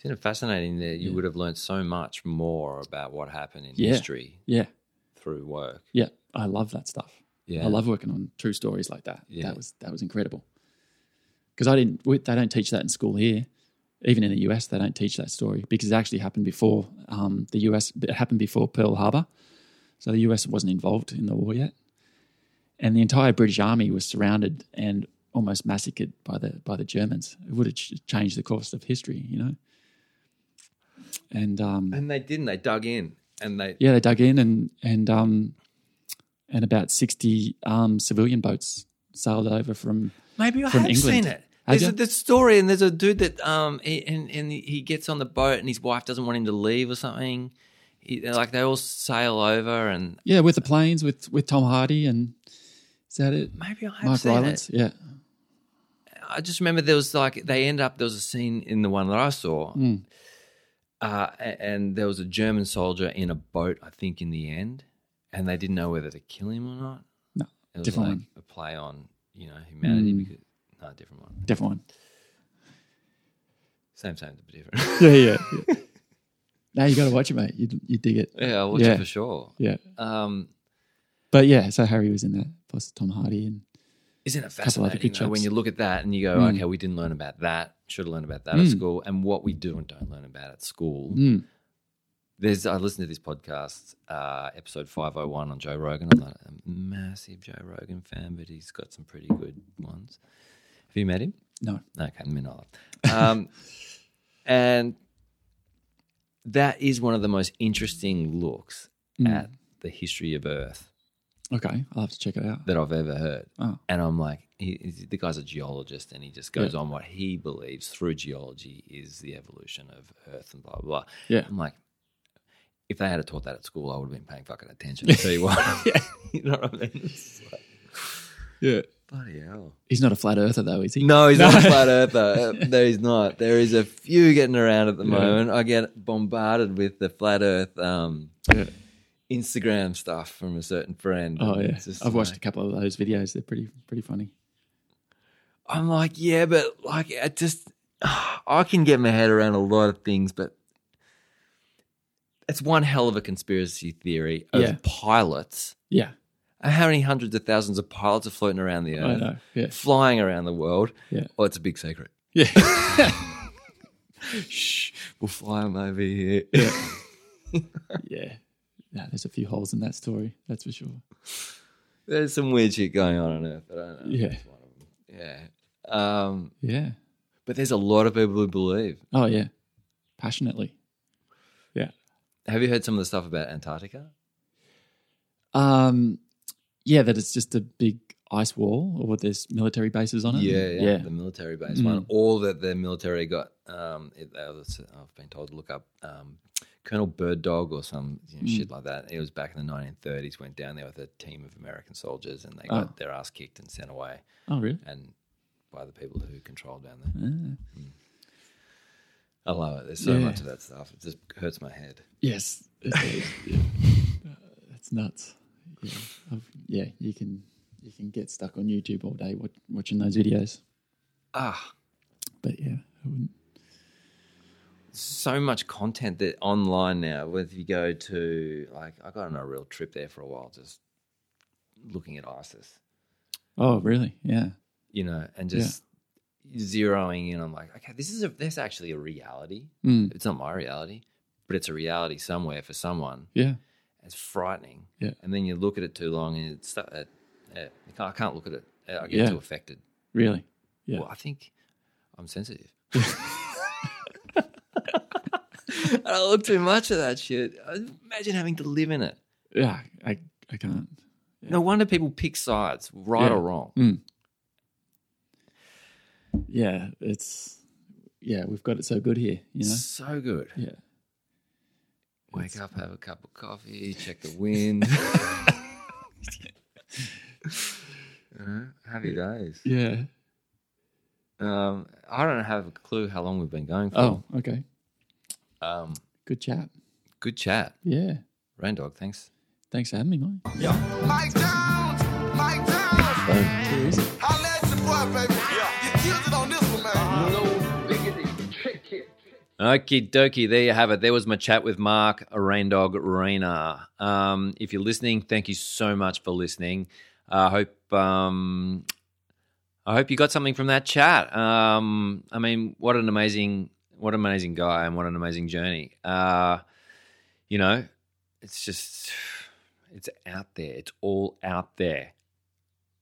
[SPEAKER 7] isn't it fascinating that you
[SPEAKER 10] Yeah.
[SPEAKER 7] would have learned so much more about what happened in
[SPEAKER 10] Yeah.
[SPEAKER 7] history
[SPEAKER 10] Yeah.
[SPEAKER 7] through work?
[SPEAKER 10] Yeah. I love that stuff.
[SPEAKER 7] Yeah,
[SPEAKER 10] I love working on true stories like that.
[SPEAKER 7] Yeah.
[SPEAKER 10] That was that was incredible. Cuz I didn't we, they don't teach that in school here. Even in the US they don't teach that story because it actually happened before um, the US it happened before Pearl Harbor. So the US wasn't involved in the war yet. And the entire British army was surrounded and almost massacred by the by the Germans. It would have ch- changed the course of history, you know. And um
[SPEAKER 7] and they didn't. They dug in, and they
[SPEAKER 10] yeah, they dug in and and um and about sixty um civilian boats sailed over from
[SPEAKER 7] maybe I
[SPEAKER 10] From
[SPEAKER 7] have
[SPEAKER 10] England.
[SPEAKER 7] seen it.
[SPEAKER 10] Have
[SPEAKER 7] There's a,
[SPEAKER 10] you?
[SPEAKER 7] this story, and there's a dude that um, he, and and he gets on the boat, and his wife doesn't want him to leave or something. He, like they all sail over, and
[SPEAKER 10] yeah with the planes with with Tom Hardy and is that it?
[SPEAKER 7] maybe I have
[SPEAKER 10] Mike
[SPEAKER 7] seen it.
[SPEAKER 10] Rylance, yeah,
[SPEAKER 7] I just remember there was like they end up there was a scene in the one that I saw,
[SPEAKER 10] Hmm.
[SPEAKER 7] uh, a- and there was a German soldier in a boat, I think, in the end, and they didn't know whether to kill him or not.
[SPEAKER 10] No,
[SPEAKER 7] it was
[SPEAKER 10] different
[SPEAKER 7] like
[SPEAKER 10] one. Hmm.
[SPEAKER 7] a play on you know humanity. Because, no, different one.
[SPEAKER 10] different one.
[SPEAKER 7] Same, same, but different.
[SPEAKER 10] Yeah, yeah. yeah. now you got to watch it, mate. You you dig it.
[SPEAKER 7] yeah, I'll watch
[SPEAKER 10] Yeah.
[SPEAKER 7] it for sure.
[SPEAKER 10] Yeah,
[SPEAKER 7] Um,
[SPEAKER 10] but yeah. So Harry was in that plus Tom Hardy and
[SPEAKER 7] Isn't it
[SPEAKER 10] Couple other Hmm.
[SPEAKER 7] fascinating
[SPEAKER 10] good
[SPEAKER 7] though, when
[SPEAKER 10] jobs.
[SPEAKER 7] you look at that and you go, okay, we didn't learn about that, should have learned about that at
[SPEAKER 10] Hmm.
[SPEAKER 7] school, and what we do and don't learn about at school.
[SPEAKER 10] Mm.
[SPEAKER 7] There's I listened to this podcast, uh, episode 501 on Joe Rogan. I'm not a massive Joe Rogan fan, but he's got some pretty good ones. Have you met him?
[SPEAKER 10] no,
[SPEAKER 7] Okay, me neither. Um, and that is one of the most interesting looks
[SPEAKER 10] Hmm.
[SPEAKER 7] at the history of Earth
[SPEAKER 10] okay. I'll have to check it out.
[SPEAKER 7] that I've ever heard.
[SPEAKER 10] Oh.
[SPEAKER 7] And I'm like, he, he's- the guy's a geologist, and he just goes on what he believes through geology is the evolution of Earth and blah blah. blah.
[SPEAKER 10] Yeah.
[SPEAKER 7] I'm like, if they had taught that at school, I would have been paying fucking attention. I tell you what, you know what I mean? It's like,
[SPEAKER 10] Yeah,
[SPEAKER 7] bloody hell.
[SPEAKER 10] he's not a flat earther though, is he?
[SPEAKER 7] No, he's not a flat earther. Uh, No, he's not. There is a few getting around at the moment. I get bombarded with the flat earth um, Instagram stuff from a certain friend.
[SPEAKER 10] Oh
[SPEAKER 7] and
[SPEAKER 10] yeah,
[SPEAKER 7] it's just uh,
[SPEAKER 10] I've watched
[SPEAKER 7] like-
[SPEAKER 10] a couple of those videos. They're pretty pretty funny.
[SPEAKER 7] I'm like, yeah, but like, I just, I can get my head around a lot of things, but it's one hell of a conspiracy theory of
[SPEAKER 10] Yeah.
[SPEAKER 7] pilots.
[SPEAKER 10] Yeah,
[SPEAKER 7] And How many hundreds of thousands of pilots are floating around the
[SPEAKER 10] I
[SPEAKER 7] earth,
[SPEAKER 10] know. Yeah,
[SPEAKER 7] flying around the world?
[SPEAKER 10] Yeah.
[SPEAKER 7] Well, it's a big secret.
[SPEAKER 10] yeah.
[SPEAKER 7] Shh, we'll fly them over here.
[SPEAKER 10] yeah. No, there's a few holes in that story, that's for sure.
[SPEAKER 7] There's some weird shit going on on earth. I don't know.
[SPEAKER 10] Yeah.
[SPEAKER 7] Yeah. Um,
[SPEAKER 10] Yeah.
[SPEAKER 7] but there's a lot of people who believe.
[SPEAKER 10] Oh yeah. Passionately.
[SPEAKER 7] Have you heard some of the stuff about Antarctica?
[SPEAKER 10] Um yeah, that it's just a big ice wall or what there's military bases on it.
[SPEAKER 7] Yeah, yeah,
[SPEAKER 10] Mm-hmm. Yeah.
[SPEAKER 7] the military base
[SPEAKER 10] Mm.
[SPEAKER 7] one. All that the military got. Um, it, uh, it's- I've been told to look up um, Colonel Bird Dog or some you know,
[SPEAKER 10] Mm.
[SPEAKER 7] shit like that. It was back in the 1930s. Went down there with a team of American soldiers, and they got
[SPEAKER 10] Oh.
[SPEAKER 7] their ass kicked and sent away,
[SPEAKER 10] Oh really?
[SPEAKER 7] and by the people who controlled down there. Mm.
[SPEAKER 10] Ah.
[SPEAKER 7] I love it. There's so
[SPEAKER 10] Yeah.
[SPEAKER 7] much of that stuff. It just hurts my head.
[SPEAKER 10] Yes. It's- yeah. That's nuts. Yeah. I've- yeah, you can you can get stuck on YouTube all day wat- watching those videos.
[SPEAKER 7] Ah,
[SPEAKER 10] But yeah, I wouldn't.
[SPEAKER 7] so much content that online now. Whether you go to like, I got on a real trip there for a while, just looking at ISIS.
[SPEAKER 10] Oh, really? Yeah.
[SPEAKER 7] you know, and
[SPEAKER 10] Yeah.
[SPEAKER 7] just zeroing in on like, okay, this is a this is actually a reality.
[SPEAKER 10] Mm.
[SPEAKER 7] It's not my reality, but it's a reality somewhere for someone.
[SPEAKER 10] Yeah.
[SPEAKER 7] It's frightening.
[SPEAKER 10] Yeah.
[SPEAKER 7] And then you look at it too long, and it's uh, uh, you can't- I can't look at it. Uh, I get
[SPEAKER 10] Yeah.
[SPEAKER 7] too affected.
[SPEAKER 10] Really? Yeah.
[SPEAKER 7] Well, I think I'm sensitive. and I look too much at that shit. Imagine having to live in it.
[SPEAKER 10] Yeah, I I can't.
[SPEAKER 7] No wonder people pick sides, right
[SPEAKER 10] Yeah.
[SPEAKER 7] or wrong.
[SPEAKER 10] Mm. Yeah, it's yeah, we've got it so good here, you know.
[SPEAKER 7] So good.
[SPEAKER 10] Yeah.
[SPEAKER 7] Wake up, have a cup of coffee, check the wind. Uh, happy days.
[SPEAKER 10] Yeah.
[SPEAKER 7] Um, I don't have a clue how long we've been going for.
[SPEAKER 10] Oh, okay.
[SPEAKER 7] Um,
[SPEAKER 10] Good chat.
[SPEAKER 7] good chat,
[SPEAKER 10] Yeah.
[SPEAKER 7] Rain Dog. Thanks.
[SPEAKER 10] Thanks for having me, mate.
[SPEAKER 4] Mike Downs, Mike Downs,
[SPEAKER 10] Cheers.
[SPEAKER 4] holla at your boy, baby. You killed it on this one, man.
[SPEAKER 7] Okie dokie, there you have it. There was my chat with Mark, a Rain Dog Rainer. Um, if you're listening, thank you so much for listening. I hope um, I hope you got something from that chat. Um, I mean, what an amazing, what an amazing guy, and what an amazing journey. Uh, you know, it's just, it's out there. It's all out there.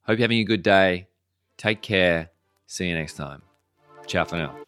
[SPEAKER 7] Hope you're having a good day. Take care. See you next time. Ciao for now.